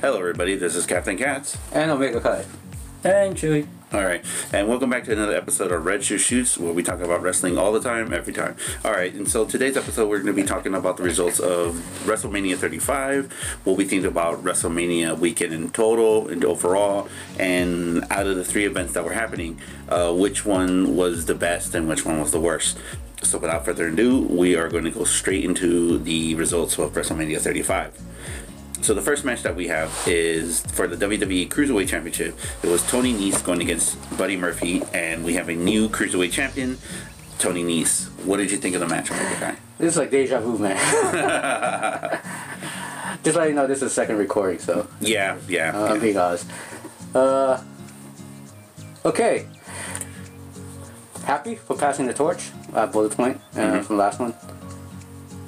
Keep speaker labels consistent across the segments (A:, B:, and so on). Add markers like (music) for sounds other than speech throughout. A: Hello, everybody. This is Captain Katz.
B: And Omega Kai.
C: And Chewy.
A: All right, and welcome back to another episode of Red Shoe Shoots, where we talk about wrestling all the time, every time. All right, and so today's episode, we're going to be talking about the results of WrestleMania 35, what we think about WrestleMania weekend in total and overall, and out of the three events that were happening, uh, which one was the best and which one was the worst. So, without further ado, we are going to go straight into the results of WrestleMania 35. So the first match that we have is for the WWE Cruiserweight Championship. It was Tony Nese going against Buddy Murphy, and we have a new Cruiserweight champion, Tony Nese. What did you think of the match, Michael Kai?
B: This is like deja vu, man. (laughs) Just letting you know, this is second recording, so
A: Yeah, yeah.
B: uh, I'm
A: yeah.
B: being honest. Uh, okay. Happy for passing the torch at bullet point uh, from the last one.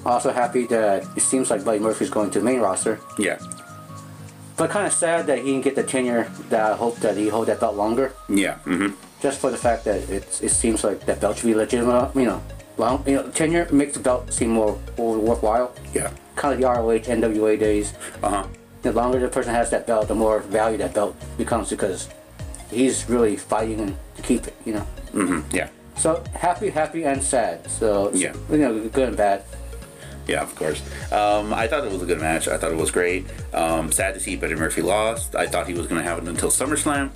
B: Also happy that it seems like Buddy Murphy's going to the main roster,
A: Yeah,
B: but kind of sad that he didn't get the tenure that I hope that he hold that belt longer.
A: yeah, hmm
B: just for the fact that it, it seems like that belt should be legitimate, you know, long, you know, tenure makes the belt seem more, more worthwhile.
A: yeah.
B: Kind of like the ROH, NWA days.
A: Uh huh.
B: The longer the person has that belt, the more value that belt becomes because he's really fighting to keep it, you know.
A: hmm Yeah,
B: So happy, happy, and sad. So it's,
A: Yeah.
B: you know, good and bad.
A: yeah. Of course. Um, I thought it was a good match. I thought it was great. Um, sad to see Buddy Murphy lost. I thought he was going to have it until SummerSlam.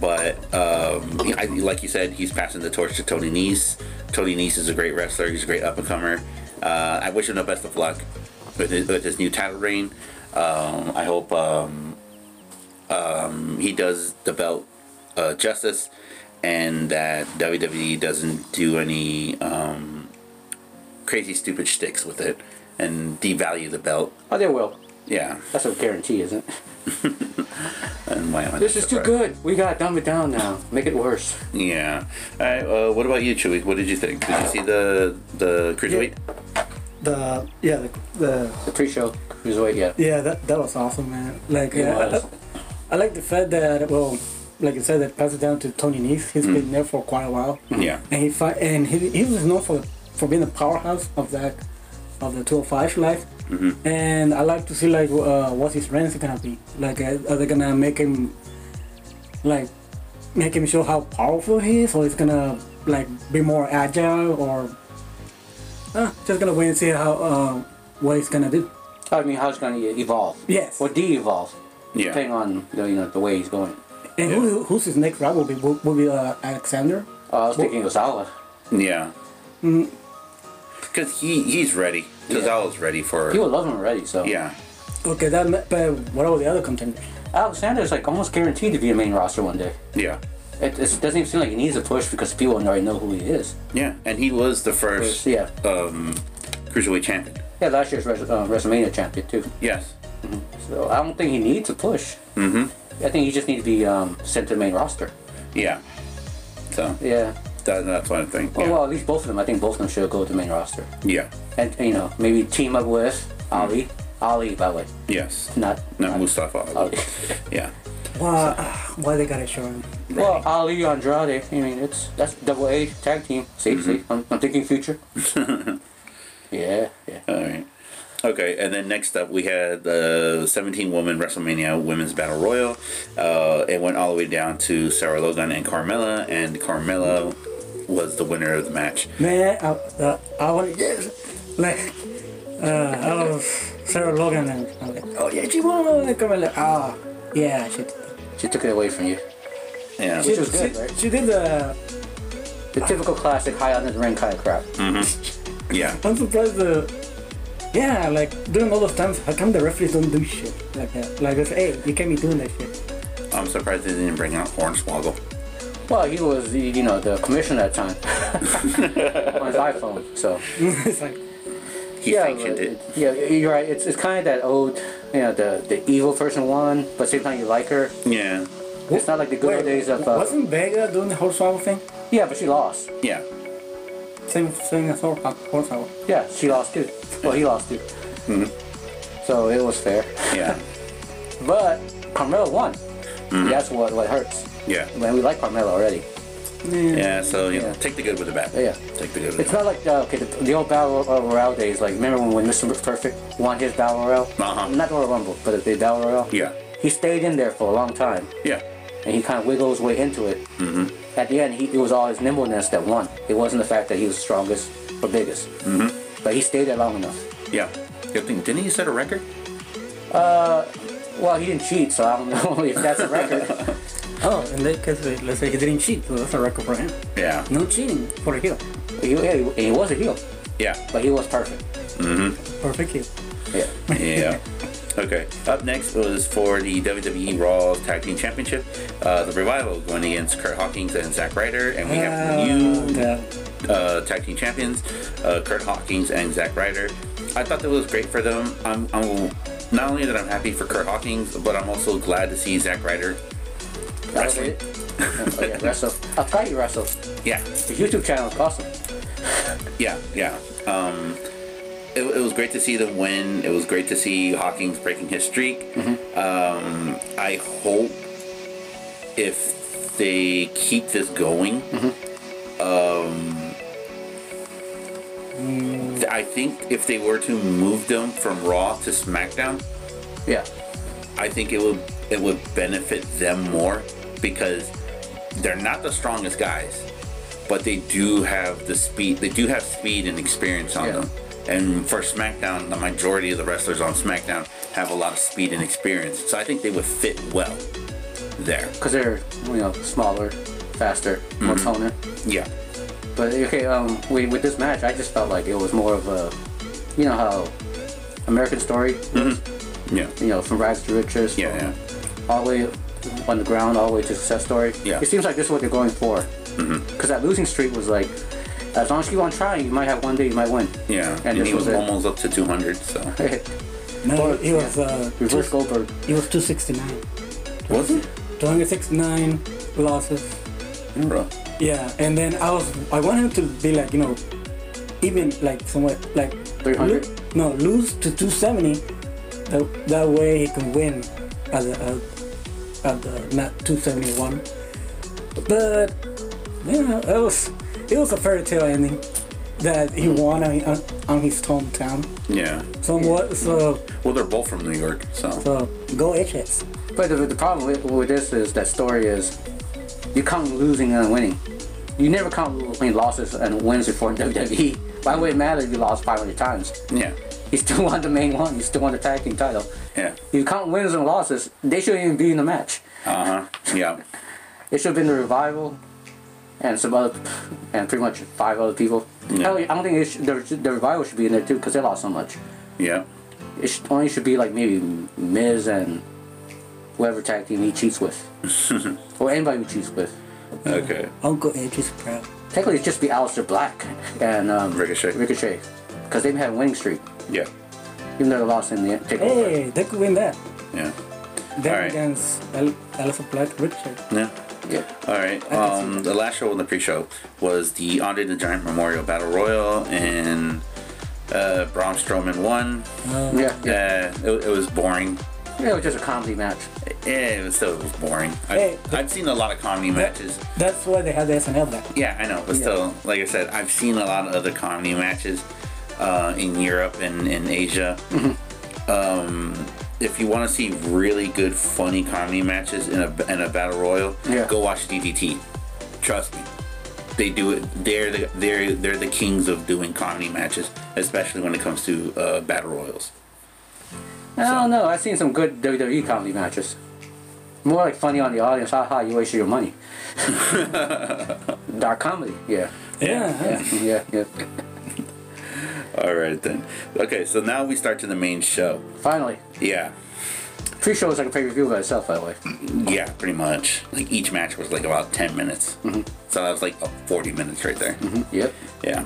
A: But um, I, like you said, he's passing the torch to Tony Nese. Tony Nese is a great wrestler. He's a great up and comer. Uh, I wish him the best of luck with his, with his new title reign. Um, I hope um, um, he does the belt uh, justice, and that WWE doesn't do any um, crazy, stupid shticks with it and devalue the belt.
B: Oh, they will.
A: Yeah,
B: That's a guarantee, isn't it?
A: and why am I
B: This
A: not
B: is too
A: surprised?
B: good. We gotta dumb it down now. Make it worse.
A: Yeah. All right. Uh, what about you, Chewy? What did you think? Did you see the the cruiserweight?
C: The yeah the, the
B: The pre-show cruiserweight, yeah.
C: yeah that that was awesome man. Like uh,
B: It
C: I,
B: was.
C: I like the fact that well like you said that passed it down to Tony Nese.
B: Mm.
C: He's been there for quite a while.
A: Yeah.
C: And he fight and he, he was known for for being the powerhouse of that of the 205 life. And I like to see like uh, what his ranks are gonna be. Like uh, are they gonna make him like make him show how powerful he is, or he's gonna like be more agile, or uh, just gonna wait and see how uh, what he's gonna do.
B: I mean, how's it gonna e-, evolve?
C: Yes.
B: Or de-evolve,
A: Yeah.
B: depending on the, you know the way he's going.
C: And who, who's his next rival will be will, will be uh, Alexander.
B: Oh, I was thinking Ozawa.
A: Yeah.
B: Mm-hmm.
A: Because he he's ready. Tozawa's ready for.
B: People love him already, so.
A: Yeah.
C: Okay, that ma- but what are the other contenders?
B: Alexander's like almost guaranteed to be a main roster one day.
A: Yeah.
B: It, it doesn't even seem like he needs a push because people already know who he is.
A: Yeah. And he was the first
B: So, yeah.
A: um, cruiserweight champion.
B: Yeah, last year's Res- uh, WrestleMania champion, too.
A: Yes.
B: So I don't think he needs a push. Mm-hmm. I think he just needs to be um, sent to the main roster.
A: Yeah. So
B: Yeah.
A: that, that's what I think.
B: Oh,
A: Yeah.
B: well, at least both of them. I think both of them should go to the main roster.
A: yeah.
B: And, you know, maybe team up with Ali. Ali, by the way.
A: Yes.
B: Not.
A: No, Mustafa. Ali.
B: (laughs) Ali.
A: Yeah.
C: Why why they gotta show him?
B: (laughs) Well, Ali Andrade. I mean, it's that's double A tag team. See, see, I'm, I'm thinking future. Mm-hmm. (laughs) yeah, yeah.
A: All right. Okay, and then next up we had the 17 woman WrestleMania Women's Battle Royal. Uh, it went all the way down to Sarah Logan and Carmella, and Carmella was the winner of the match.
C: Man, I, uh, I want yes, like uh, I was Sarah Logan and I'm like, oh yeah, she won. Like, I'm like, ah, yeah, she.
B: She took it away from you.
A: Yeah,
C: She,
B: was good,
C: she,
B: right?
C: she did the.
B: The typical classic high on the ring kind of crap.
A: yeah,
C: I'm surprised the. Yeah, like during all those times, how come the referees don't do shit like that? Like, they say, hey, you can't be doing that shit. (laughs)
A: I'm surprised they didn't bring out Hornswoggle.
B: Well, he was, the, you know, the commissioner at the time
A: (laughs)
B: on his iPhone. So
C: it's like,
A: He sanctioned
B: but-
A: it.
B: Yeah, you're right. It's, it's kind of that old, you know, the the evil person won, but at the same time you like her.
A: Yeah,
B: It's not like the good old days of. Uh,
C: wasn't Vega doing the hornswoggle thing?
B: yeah, but she lost.
A: yeah,
C: Same, same as uh, hornswoggle.
B: Yeah, she lost too. Well, he lost too.
A: Mm-hmm.
B: So it was fair.
A: Yeah.
B: But Carmelo won.
A: Mm-hmm.
B: That's what, what hurts.
A: Yeah.
B: Man, we like Carmelo already.
A: Yeah, so you know,
B: (laughs) Yeah.
A: take the good with the bad.
B: Yeah.
A: Take the good with
B: It's
A: the
B: not like uh, okay, the, the old battle uh, royale days. Like remember when, when Mr. Perfect won his battle royale?
A: Uh-huh.
B: Not Royal Rumble, but the battle royale.
A: Yeah.
B: He stayed in there for a long time,
A: bad. Yeah.
B: and he kind of wiggled his way into it. Mm-hmm. At the end, he, it was all his nimbleness that won. It wasn't the fact that he was strongest or biggest. Mm-hmm. But he stayed there long enough.
A: Yeah. Good thing. Didn't he set a record?
B: Well, he didn't cheat, so I don't (laughs) know if that's a record.
C: Oh, in that case, uh, let's say he didn't cheat, so that's a record for him.
A: Yeah.
C: No cheating for a heel.
B: he, yeah, he, he was a heel,
A: Yeah.
B: but he was perfect.
C: Perfect heel.
B: Yeah.
A: Yeah. Okay. Up next was for the WWE Raw Tag Team Championship, uh, the Revival going against Kurt Hawkins and Zack Ryder, and we have new
C: Yeah.
A: uh, tag team champions, uh, Kurt Hawkins and Zack Ryder. I thought that was great for them. I'm, I'm not only that I'm happy for Kurt Hawkins, but I'm also glad to see Zack Ryder.
B: That was
A: Wrestling.
B: it. oh, yeah, (laughs) wrestle. I'll tell you, wrestle.
A: Yeah,
B: The YouTube channel is awesome.
A: yeah, yeah. Um, it, it was great to see them win. It was great to see Hawkins breaking his streak. Um, I hope if they keep this going, um, th- I think if they were to move them from Raw to SmackDown,
B: Yeah.
A: I think it would it would benefit them more because they're not the strongest guys, but they do have the speed. They do have speed and experience on
B: Yeah.
A: them. And for SmackDown, the majority of the wrestlers on SmackDown have a lot of speed and experience. So I think they would fit well there.
B: because they're you know smaller, faster, more
A: Mm-hmm.
B: toner.
A: Yeah.
B: But okay, um, we, with this match, I just felt like it was more of a, you know how, American Story,
A: Yeah.
B: you know, from rags to riches,
A: Mm-hmm. Yeah. Yeah.
B: all the way on the ground, all the way to success story.
A: Yeah. Mm-hmm.
B: It seems like this is what they're going for. Because that losing streak was like, as long as you keep on trying, you might have one day you might win.
A: Yeah. And,
B: And this
A: he was
B: was it.
A: almost up to 200. So
C: No,
B: Or-
C: it was uh,
B: (laughs) Reverse
C: two,
B: Goldberg.
C: it was 269.
A: was it?
C: 269 losses.
A: In a row.
C: Yeah, and then I was I want him to be like you know, even like somewhat like
B: 300?
C: lo- no, lose to 270. That, that way he can win at the at, at the not 271. But yeah, it was it was a fairy tale ending that he won on, on, on his hometown.
A: Yeah.
C: Somewhat so
A: Well, they're both from New York. So
C: so go HS.
B: But the, the problem with, with this is that story is you count losing and winning. You never count between losses and wins before (laughs) in WWE. Why would it matter if you lost 500 times?
A: yeah.
B: He's still (laughs) won the main one. He's still won the tag team title.
A: Yeah.
B: You count wins and losses. They shouldn't even be in the match.
A: Uh huh. Yeah.
B: It should have been the revival, and some other, and pretty much five other people.
A: Yeah.
B: Hell, I don't think it should, the, the revival should be in there too because they lost so much.
A: Yeah.
B: It should, only should be like maybe Miz and whoever tag team he cheats (laughs) with, or anybody who cheats with.
A: Okay.
C: Uncle Edge is proud.
B: Technically, it'd just be Aleister Black and um,
A: Ricochet.
B: Ricochet, because they've had a winning streak,
A: Yeah.
B: even though they lost in the takeover.
C: Hey, they could win that.
A: Yeah.
C: Them
A: All right.
C: against Al- Alistair Black Richard.
A: Yeah.
B: Yeah.
A: All right. Um, the last show in the pre-show was the Andre the Giant Memorial Battle Royal, and uh, Braun Strowman won.
B: yeah, yeah,
A: Yeah, it, it was boring.
B: Yeah, It was just a comedy match.
A: Yeah, it was still it was boring. I,
C: Hey,
A: I've seen a lot of comedy matches.
C: That's why they had the SNL back.
A: Yeah, I know, but still, like I said, I've seen a lot of other comedy matches uh, in Europe and in Asia. um, if you want to see really good, funny comedy matches in a in a battle royal,
B: Yeah.
A: go watch DDT. Trust me, they do it. They're the they're they're the kings of doing comedy matches, especially when it comes to uh, battle royals.
B: I don't know. I've seen some good WWE comedy matches. More like funny on the audience. Ha ha! You wasted your (laughs) money. Dark comedy. Yeah.
A: Yeah.
B: Yeah. Yeah. Yeah.
A: All right then. Okay, so now we start to the main show.
B: Finally,
A: Yeah.
B: pre-show is like a pay-per-view by itself, by the way.
A: Yeah, pretty much. Like each match was like about 10 minutes. So that was like oh, 40 minutes right there.
B: Yep.
A: Yeah.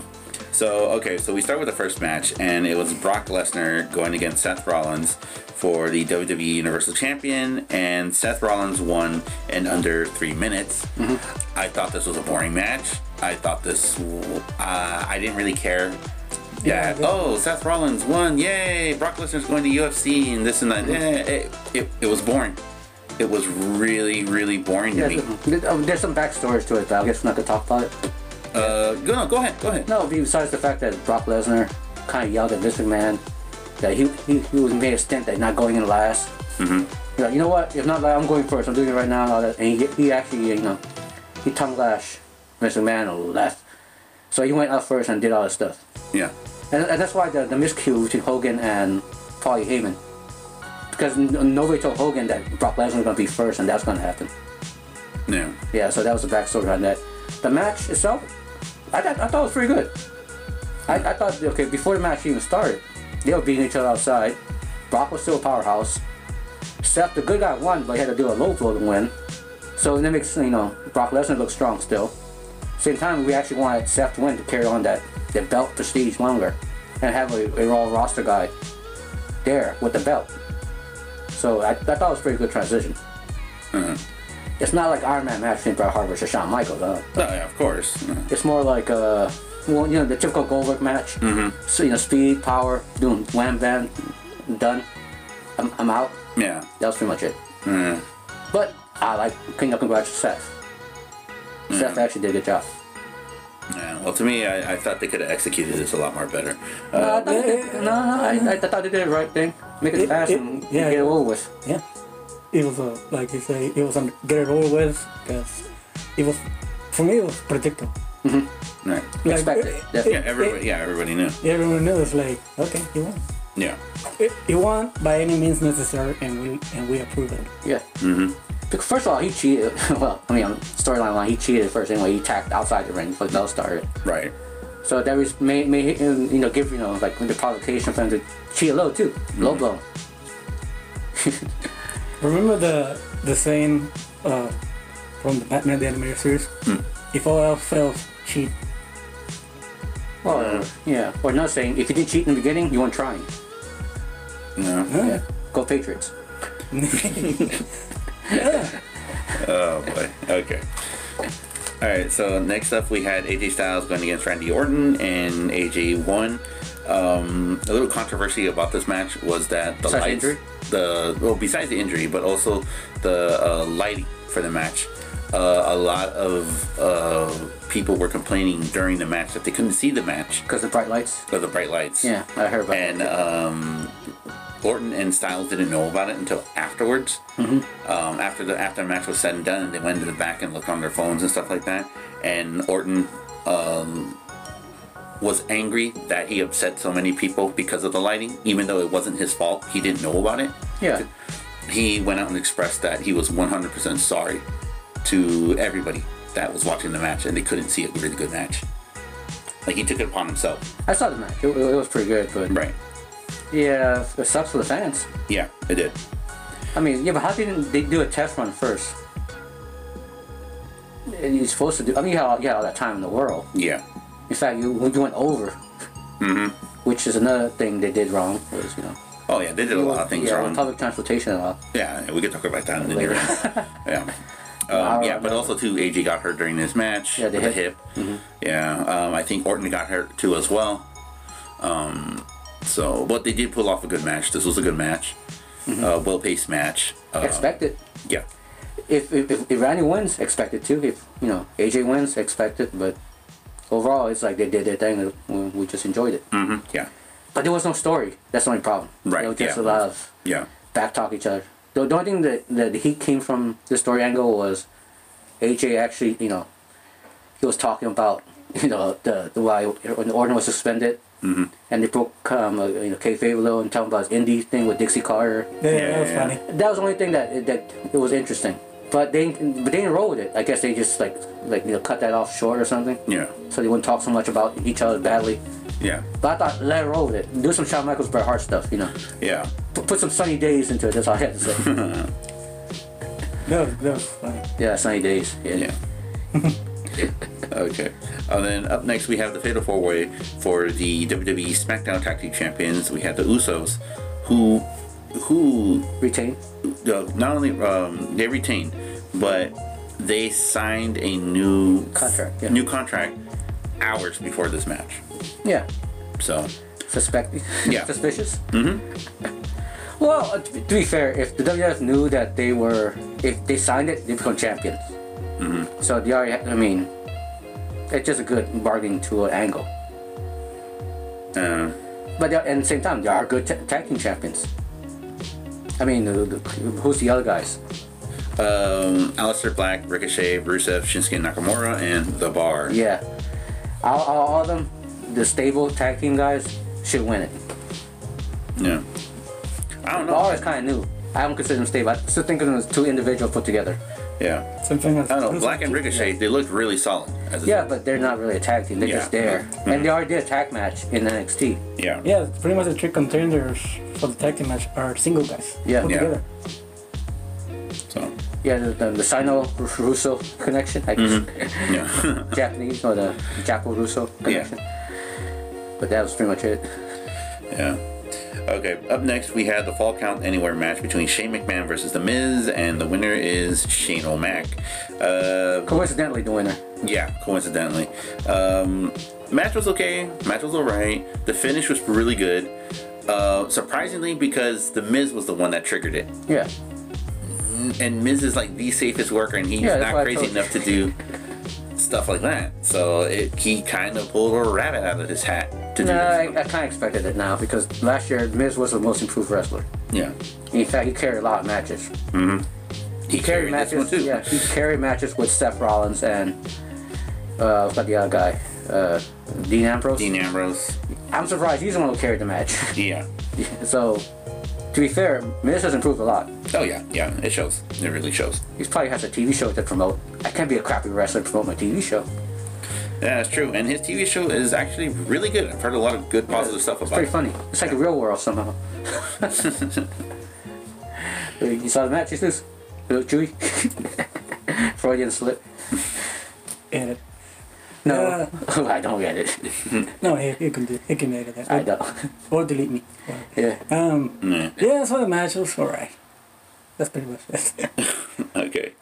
A: So, okay, so we start with the first match, and it was Brock Lesnar going against Seth Rollins for the WWE Universal Champion, and Seth Rollins won in under three minutes.
C: Mm-hmm.
A: I thought this was a boring match. I thought this, uh, I didn't really care that
C: Yeah,
A: oh Seth Rollins won, yay! Brock Lesnar's going to UFC and this and
C: Mm-hmm.
A: that. Eh, it, it, it was boring. It was really really boring to me.
B: There's, um, there's some backstories to it that I guess we're not gonna talk about it.
A: Uh, go no, go ahead, go ahead.
B: No, besides the fact that Brock Lesnar kind of yelled at Vince McMahon that he, he, he was made a stint at not going in last. Mm-hmm. You know, you know what? If not, like, I'm going first. I'm doing it right now. And, all that. and he, he actually, you know, he tongue lashed Vince McMahon last. So he went out first and did all this stuff.
A: Yeah,
B: And, and that's why the, the miscue between Hogan and Paul Heyman. Because n- nobody told Hogan that Brock Lesnar was going to be first and that's going to happen.
A: yeah.
B: Yeah, so that was the backstory on that. The match itself, I, thought I thought it was pretty good. I, I thought, okay, before the match even started, they were beating each other outside. Brock was still a powerhouse. Seth, the good guy, won, but he had to do a low blow to win. So that makes, you know, Brock Lesnar look strong still. Same time, we actually wanted Seth to win to carry on that, that belt prestige longer and have a, a Raw roster guy there with the belt. So I, I thought it was a pretty good transition. It's not like Iron Man match between Bret Hart versus Shawn Michaels. Uh,
A: No, Oh, yeah, of course. Yeah.
B: it's more like uh, well, you know, the typical Goldberg match. So you know, speed, power, doing wham bam, done. I'm, I'm out.
A: Yeah.
B: That was pretty much it. But I like King of Congrats to Seth. Seth actually did a good job.
A: yeah. Well, to me, I, I thought they could have executed this a lot more better. Uh,
B: No, I thought they did- no, no, I, I thought they did the right thing. Make it,
C: It-
B: fast
C: it-
B: and
C: yeah.
B: get it over with.
C: yeah. It was uh, like you say, it was on get it over with because it was for me it was predictable.
A: Right.
C: Like,
B: Expected,
C: it-
B: yeah.
C: it-
A: Yeah, everybody. Yeah, everybody knew.
C: it- everyone knew it's like okay, he won.
A: Yeah.
C: It, it won by any means necessary, and we and we approve it.
B: Yeah. Mm-hmm. First of all, he cheated. (laughs) well, I mean, on storyline line, he cheated first anyway. He tacked outside the ring before the bell started.
A: Right.
B: So that was may, may him, you know give you know like the provocation for him to cheat low too, low
A: Mm.
B: blow.
A: Oh.
C: Remember the the saying uh, from the Batman the animated series?
A: Hmm.
C: If all else fails, cheat. (laughs)
B: Or yeah, or not saying if you didn't cheat in the beginning, you weren't trying.
A: No.
B: Yeah, go Patriots.
A: Oh boy. Okay. All right. So next up, we had AJ Styles going against Randy Orton, and AJ won. Um, a little controversy about this match was that the
B: Besides the
A: lights,
B: injury?
A: the well, besides the injury, but also the uh, lighting for the match. Uh, a lot of uh, people were complaining during the match that they couldn't see the match
B: Because of bright lights.
A: because of bright lights.
B: Yeah, I heard about
A: and
B: that.
A: um, Orton and Styles didn't know about it until afterwards. Um, after the after the match was said and done, and they went to the back and looked on their phones and stuff like that. And Orton um, was angry that he upset so many people because of the lighting, even though it wasn't his fault. He didn't know about it.
B: Yeah.
A: He went out and expressed that he was 100% sorry to everybody that was watching the match and they couldn't see a really good match. Like he took it upon himself.
B: I saw the match. It, it was pretty good, but
A: Right.
B: yeah, it sucks for the fans.
A: Yeah, it did.
B: I mean, yeah, but how didn't they do a test run first? And You're supposed to do. I mean, you had all, you had all that time in the world.
A: Yeah.
B: In fact, you, you went over,
A: Mm-hmm.
B: which is another thing they did wrong. Was you know,
A: Oh yeah, they did a lot of things
B: yeah,
A: wrong.
B: public transportation and all.
A: yeah, we could talk about that in the near
B: (laughs)
A: end. Yeah. Um,
B: don't
A: yeah, but
B: know.
A: also too, AJ got hurt during this match
B: Yeah, Mm-hmm. the
A: with
B: hip.
A: the hip. Yeah, um, I think Orton got hurt too as well. Um, so, but they did pull off a good match. This was a good match, uh, well-paced match. Uh,
B: Mm-hmm. Expect it.
A: yeah,
B: If, if, if, if Randy wins, expect it too. If you know AJ wins, expect it. But overall, it's like they did their thing. and We just enjoyed it.
A: hmm yeah,
B: But there was no story. That's the only problem.
A: Right,
B: It was just
A: yeah.
B: a lot of
A: yeah,
B: back talk each other. The, the only thing that, that he came from the story angle was AJ actually, you know, he was talking about, (laughs) you know, the, the why when the Orton was suspended. Mm-hmm. And they broke, um, uh, you know, kayfabe a little and talking about his indie thing with Dixie Carter.
C: Yeah,
A: Yeah,
C: that was
A: yeah,
C: funny.
B: That was the only thing that that it was interesting. But they but they didn't roll with it. I guess they just like like you know cut that off short or something.
A: yeah,
B: So they wouldn't talk so much about each other badly.
A: yeah,
B: But I thought let it roll with it. Do some Shawn Michaels Bret Hart stuff, you know.
A: yeah.
B: P- put some sunny days into it. That's all I had
A: (laughs)
B: to say.
C: That was, that was funny.
B: yeah, sunny days. Yeah.
A: Yeah. (laughs) okay. And then up next, we have the Fatal Four Way for the WWE SmackDown Tag Team Champions. We had the Usos, who, who
B: Retain.
A: uh, not only um, they retained, but they signed a new
B: Contract, yeah.
A: New contract hours before this match.
B: Yeah.
A: So
B: Suspect. (laughs)
A: Yeah.
B: Suspicious. Mm-hmm. Well, uh, to be- to be fair, if the WWF knew that they were, if they signed it, they become champions.
A: Mm-hmm.
B: So they already. I mean, it's just a good bargaining tool angle.
A: uh,
B: But they are- at the same time, they are good ta- tag team champions. I mean, the- the- who's the other guys?
A: um, Alistair Black, Ricochet, Rusev, Shinsuke Nakamura, and The Bar.
B: Yeah, all, all, all of them, the stable tag team guys should win it.
A: Yeah. I don't know.
B: Bar is kind of new. I don't consider them stable. I still think of them as two individuals put together.
A: Yeah.
C: Something like
A: I don't know. Black and Ricochet, they looked really solid. As a
B: Yeah, but they're not really a tag team. They're
A: Yeah.
B: just there, and they already did a tag match in NXT.
A: Yeah.
C: Yeah, pretty much the three contenders for the tag team match are single guys.
B: Yeah.
C: put
A: Yeah.
C: Together.
A: So.
B: Yeah, the, the, the Sino Russo connection, I guess.
A: Yeah.
B: (laughs)
A: (laughs)
B: Japanese or the Japo Russo connection. But that was pretty much it.
A: yeah. Okay. Up next, we had the Fall Count Anywhere match between Shane McMahon versus The Miz, and the winner is Shane O'Mac. Uh,
B: Coincidentally, the winner.
A: Yeah, coincidentally. Um, match was okay. Match was alright. The finish was really good. Uh, surprisingly, because the Miz was the one that triggered it,
B: Yeah,
A: and Miz is like the safest worker, and he's
B: Yeah, that's why
A: not
B: I
A: crazy
B: told you.
A: enough to do stuff like that. So it, he kind of pulled a rabbit out of his hat to do
B: no, I, I
A: this.
B: kind of expected it now because last year Miz was the most improved wrestler.
A: yeah,
B: In fact, he carried a lot of matches.
A: he carried this one
B: matches,
A: too.
B: yeah, he carried matches with Seth Rollins and uh, what's the other guy? Uh, Dean Ambrose.
A: Dean Ambrose.
B: I'm surprised he's the one who carried the match. (laughs)
A: Yeah.
B: so, to be fair, Miz has improved a lot.
A: Oh yeah, yeah. It shows. It really shows.
B: He probably has a TV show to promote. I can't be a crappy wrestler to promote my TV show.
A: Yeah, that's true. And his TV show is actually really good. I've heard a lot of good positive stuff
B: It's
A: about
B: pretty
A: it.
B: funny. It's like the real world somehow. you saw the match, Jesus? Little chewy. (laughs) Freudian slip.
C: Edit.
B: No, (laughs) I don't get it.
C: No, he, he can do. He can edit that.
B: I don't. (laughs)
C: Or delete me. Or-
B: Yeah.
C: Um.
A: Yeah.
C: Yeah, so the match was alright. That's pretty much
B: (laughs)
C: it.
A: Okay.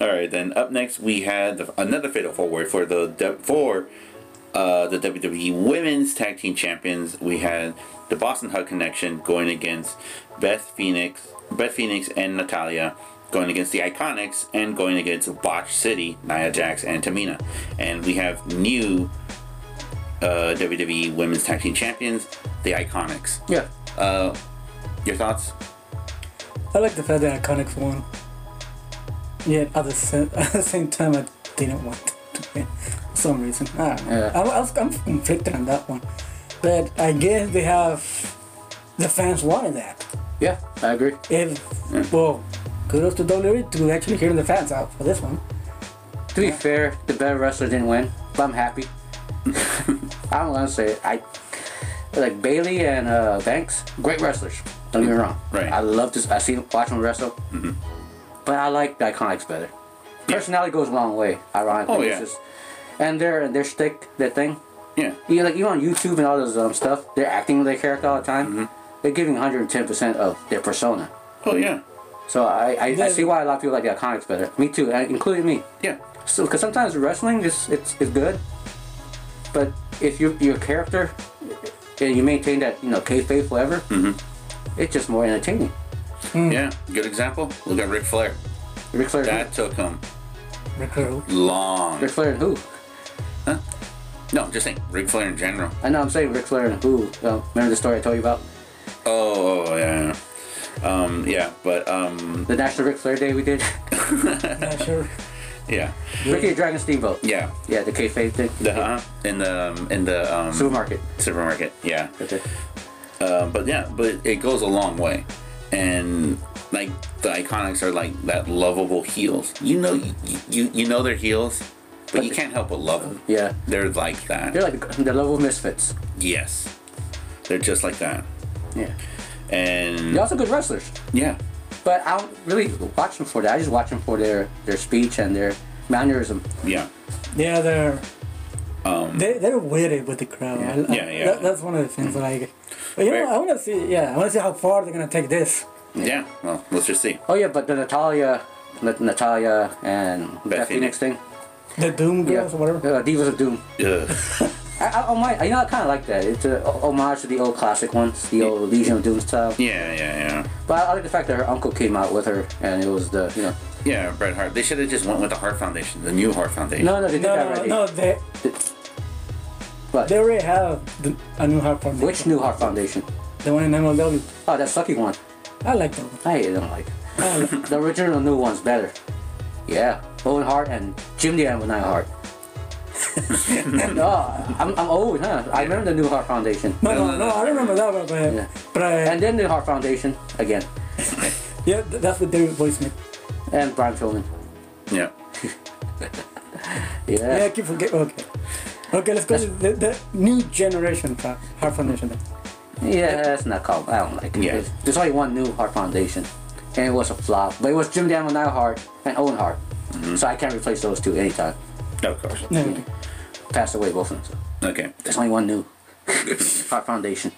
A: All right, then up next we had the, another fatal four way for the de- for uh, the WWE Women's Tag Team Champions. We had the Boston Hug Connection going against Beth Phoenix, Beth Phoenix and Natalia, going against the Iconics and going against Botch City, Nia Jax and Tamina, and we have new uh, WWE Women's Tag Team Champions, the Iconics.
B: Yeah.
A: Uh, your thoughts?
C: I like the fact that Iconics won. Yet at the same, (laughs) at the same time, I didn't want to win for some reason. I don't know.
B: Yeah.
C: I, was, I'm conflicted on that one. But I guess they have. The fans wanted that.
B: Yeah, I agree.
C: If, well, kudos to WWE to actually hearing the fans out for this one.
B: To be fair, the better wrestler didn't win, but I'm happy. (laughs) I'm gonna say it. I like Bailey and uh, Banks, great wrestlers. Don't get me wrong.
A: Right. Mm-hmm.
B: I love this. I see watch them wrestle, but I like the Iconics better. Personality goes a long way. Ironically,
A: Oh,
B: It's
A: yeah.
B: just- and their their shtick, their thing.
A: Yeah.
B: You like even on YouTube and all those um, stuff, they're acting their character all the time.
A: Mm-hmm.
B: They're giving 110 percent of their persona.
A: Oh yeah.
B: So I, I, I
C: Yeah.
B: see why a lot of people like the Iconics better. Me too, and including me.
A: Yeah.
B: So, because sometimes wrestling is it's, it's good, but if you your character and you maintain that you know kayfabe forever,
A: Mm-hmm.
B: it's just more entertaining.
A: Yeah, good example. Look at Ric Flair.
B: Ric Flair,
A: That took him
C: Recruit.
A: long.
B: Ric Flair and who?
A: No, just saying, Ric Flair in general.
B: I know I'm saying Ric Flair and who. Well, remember the story I told you about
A: Oh yeah, um, yeah, but um,
B: the National Ric Flair Day
A: (laughs)
B: we did?
C: Yeah, sure.
A: yeah,
B: Ricky the Dragon Steamboat.
A: yeah.
B: Yeah, the kayfabe thing.
A: The uh, in the um, in the um,
B: Supermarket.
A: supermarket. Yeah,
B: Okay.
A: um, but yeah, but it goes a long way, and like the Iconics are like that lovable heels. You know, you you, you know they're heels, but you can't help but love them.
B: Yeah.
A: They're like that.
B: They're like the level of misfits.
A: yes, they're just like that,
B: Yeah.
A: and
B: They're also good wrestlers,
A: yeah,
B: but I don't really watch them for that. I just watch them for their their speech and their mannerism.
A: yeah.
C: Yeah, they're they they're weird with the crowd. I- I-
A: Um, Yeah, yeah.
C: that- that's one of the things that I like. But you know,
A: Right.
C: I want to see. Yeah, I want to see how far they're gonna take this.
A: Yeah, well, let's just see.
B: Oh yeah, but the Natalia, Nat- Natalia and Beth,
A: Beth
B: Phoenix thing.
C: The Doom
B: Yeah,
C: Girls or whatever.
B: Uh, Divas of Doom.
A: Ugh.
B: I, I, oh my, you know, I kind of like that. It's a o- homage to the old classic ones, the old Legion of Doom stuff.
A: Yeah, yeah, yeah.
B: But I like the fact that her uncle came out with her, and it was the you know.
A: Yeah, Bret Hart. They should have just went with the Hart Foundation, the new Hart Foundation.
B: No, no, they did
C: No,
B: that
C: no,
B: already.
C: no. They
B: But
C: they already have the, a new heart foundation.
B: which new Heart Foundation?
C: The one in MLW.
B: Oh, that sucky one.
C: I like that one.
B: I hate them like. it.
C: I
A: (laughs)
C: like
B: The original new one's better. Yeah, Owen Hart and Jim the Anvil Nine Hart. (laughs) no, I'm, I'm old, huh? I remember the New Heart Foundation.
C: No, no, no, I remember that one, but,
B: Yeah.
C: but I,
B: And then New Heart Foundation again.
C: yeah, th- that's what David Boy Smith.
B: And Brian Pillman.
A: Yeah.
B: Yeah.
C: Yeah, I keep forget. Okay, okay, let's go to the, the new generation fa- Heart Foundation. Then.
B: Yeah, that's not called. I don't like it.
A: Yeah.
B: There's- There's only one new Hart Foundation, and it was a flop. But it was Jim Daniel Hart and Owen Hart,
A: Mm-hmm.
B: so I can't replace those two anytime.
A: Of course.
C: No, okay.
B: Passed away both of them. So
A: Okay.
B: there's only one new (laughs) Hart Foundation.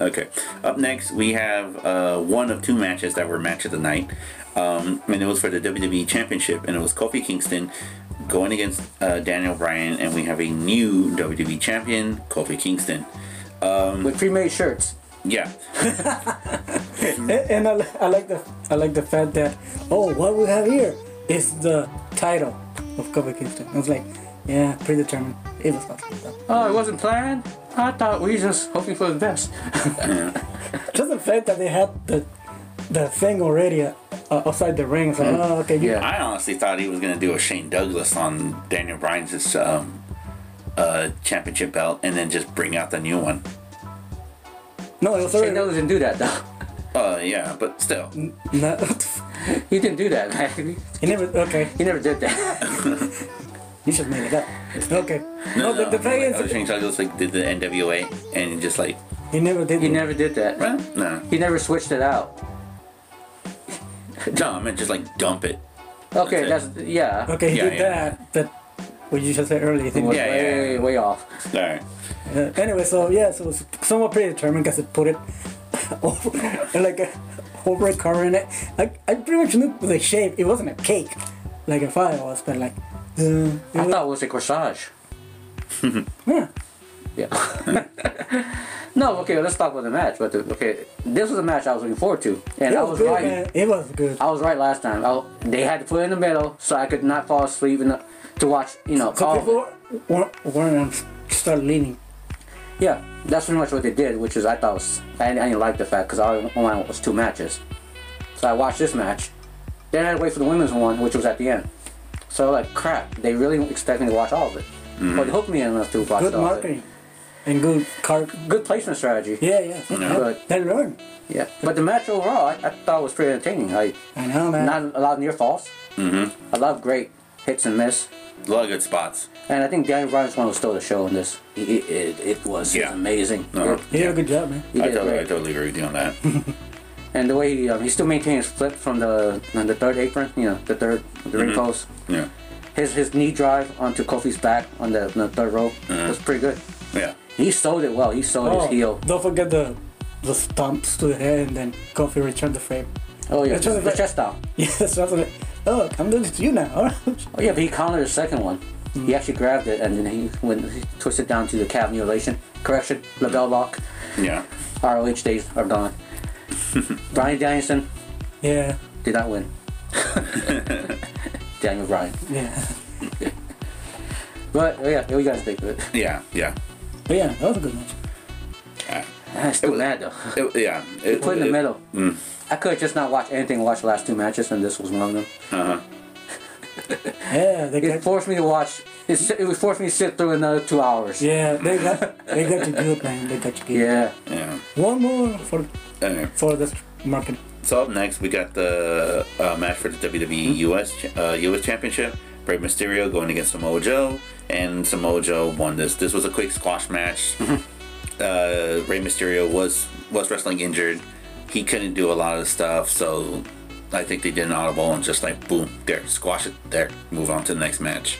A: Okay. Up next, we have uh, one of two matches that were match of the night, um, and it was for the WWE Championship, and it was Kofi Kingston going against uh, Daniel Bryan, and we have a new WWE Champion, Kofi Kingston. Mm.
B: With pre-made shirts.
A: Yeah.
C: A- And I, li- I like the I like the fact that oh, what we have here is the title of Kobe Kingston. I was like, yeah, predetermined. It was awesome.
B: Oh, it wasn't planned. I thought we just hoping for the best.
C: Just the fact that they had the the thing already uh, outside the ring. It's like,
A: Mm.
C: oh, okay, you-
B: Yeah.
A: I honestly thought he was going to do a Shane Douglas on Daniel Bryan's um, uh, championship belt, and then just bring out the new one.
C: No, it was
B: Shane
C: already.
B: Douglas didn't do that though. (laughs)
A: Uh, yeah, but still.
C: (laughs) No, what the f-
B: He didn't do that. Man. (laughs)
C: he never. Okay,
B: He never did that. (laughs)
C: you should make it up. Okay.
A: No,
C: but the
A: no,
C: thing
A: like, uh,
C: is,
A: Shane Douglas like did the NWA, and just like,
C: he never did.
B: He never did that.
A: well, (laughs) no,
B: He never switched it out.
A: no, I meant just like dump it.
B: Okay,
A: That's
B: that's yeah.
C: Okay, he
A: Yeah,
C: did
A: yeah.
C: that, but what you just said earlier. he
B: It
C: didn't
B: was
A: Yeah, yeah,
B: way,
A: yeah.
B: way off.
A: All right.
C: Uh, anyway, so yeah, so it's somewhat predetermined because it (laughs) put it over, like a, over a cover in it. I, I pretty much knew the shape. It wasn't a cake, like a fire was, but like, uh, it
B: I
C: was,
B: thought it was a
C: (laughs)
B: corsage.
C: yeah.
B: Yeah. (laughs) no, okay, let's talk about the match. But the, okay, this was a match I was looking forward to, and
C: It
B: I
C: was
B: was
C: good,
B: right.
C: man. It was good.
B: I was right last time. I, they had to put it in the middle, so I could not fall asleep in the, to watch. You know,
C: So
B: all of it.
C: people weren't, weren't start leaning.
B: yeah, that's pretty much what they did, which is I thought was I, didn't- I didn't like the fact because all I wanted was two matches. So I watched this match. Then I had to wait for the women's one, which was at the end. So like crap, they really expect me to watch all of it. Well, they hooked me enough to watch
C: Mm-hmm. Good
B: all
C: marketing and good card.
B: of it. Good placement strategy.
C: Yeah, yeah.
B: But-
C: They learn.
B: Yeah, but the match overall, I, I thought was pretty entertaining. Like,
C: I know, man.
B: not a lot of near falls. Mm-hmm. A lot of great hits and miss.
A: A lot of good spots.
B: And I think Daniel Bryan's one who stole the show in this. It, it, it was
A: Yeah.
B: amazing.
A: Uh-huh.
C: you did a good job, man.
B: He
A: I
B: did
A: totally, I
B: great.
A: totally agree with you on that.
B: And the way he, um, he still maintains flip from the on the third apron, you know, the third the ring post.
A: yeah,
B: His his knee drive onto Kofi's back on the, on the third row was pretty good.
A: yeah,
B: He sold it well. He sold his heel.
C: Oh, don't forget the the stomps to the head and then coffee returned the frame. (laughs)
B: Oh yeah,
C: That's what
B: the,
C: I
B: the
C: thought.
B: chest out.
C: Yes, that's what I, oh, I'm doing this to you now. (laughs)
B: Oh yeah, but he countered the second one. He actually grabbed it and then he went he twisted down to the calf mutilation. Correction, label lock.
A: yeah.
B: ROH days are gone. Brian Danielson
C: yeah,
B: did not win. Daniel Bryan.
C: yeah.
B: But oh yeah, what you guys think of it? (laughs)
A: Yeah, yeah.
C: But yeah, that was a good match.
A: Yeah.
B: I'm still mad though.
A: It, Mm. yeah. It,
B: Put in
A: it-
B: the middle. I could just not watch anything. Watch the last two matches, and this was one of them.
C: Yeah, they
B: It
C: got,
B: forced me to watch. It, s- it forced me to sit through another two hours.
C: yeah, they got, they got you good, man. They got you good.
B: Yeah.
A: Yeah.
C: One more for
A: Anyway,
C: for this market.
A: so up next, we got the uh, match for the WWE US cha- uh, US Championship. Rey Mysterio going against Samoa Joe, and Samoa Joe won this. This was a quick squash match. uh, Rey Mysterio was was wrestling injured. He couldn't do a lot of stuff, so I think they did an audible and just like boom, there, squash it, there, move on to the next match.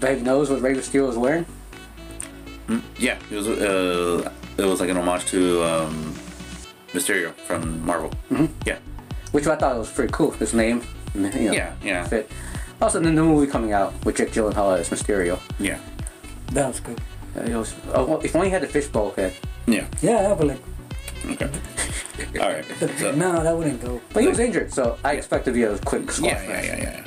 B: Babe knows what Rey Mysterio was wearing.
A: Yeah, it was uh, it was like an homage to um, Mysterio from Marvel. Mm-hmm. Yeah,
B: which I thought was pretty cool. His name, you know,
A: Yeah, yeah.
B: Fit. Also, the new movie coming out with Jake Gyllenhaal as Mysterio.
A: yeah,
C: That was good.
B: Uh, it was- oh, well, if only he had a fishbowl head.
A: Yeah.
C: Yeah, but like,
A: Okay. All right. So,
C: no, that wouldn't go.
B: But he was injured, so I expect to be a quick squad
A: yeah, yeah, yeah,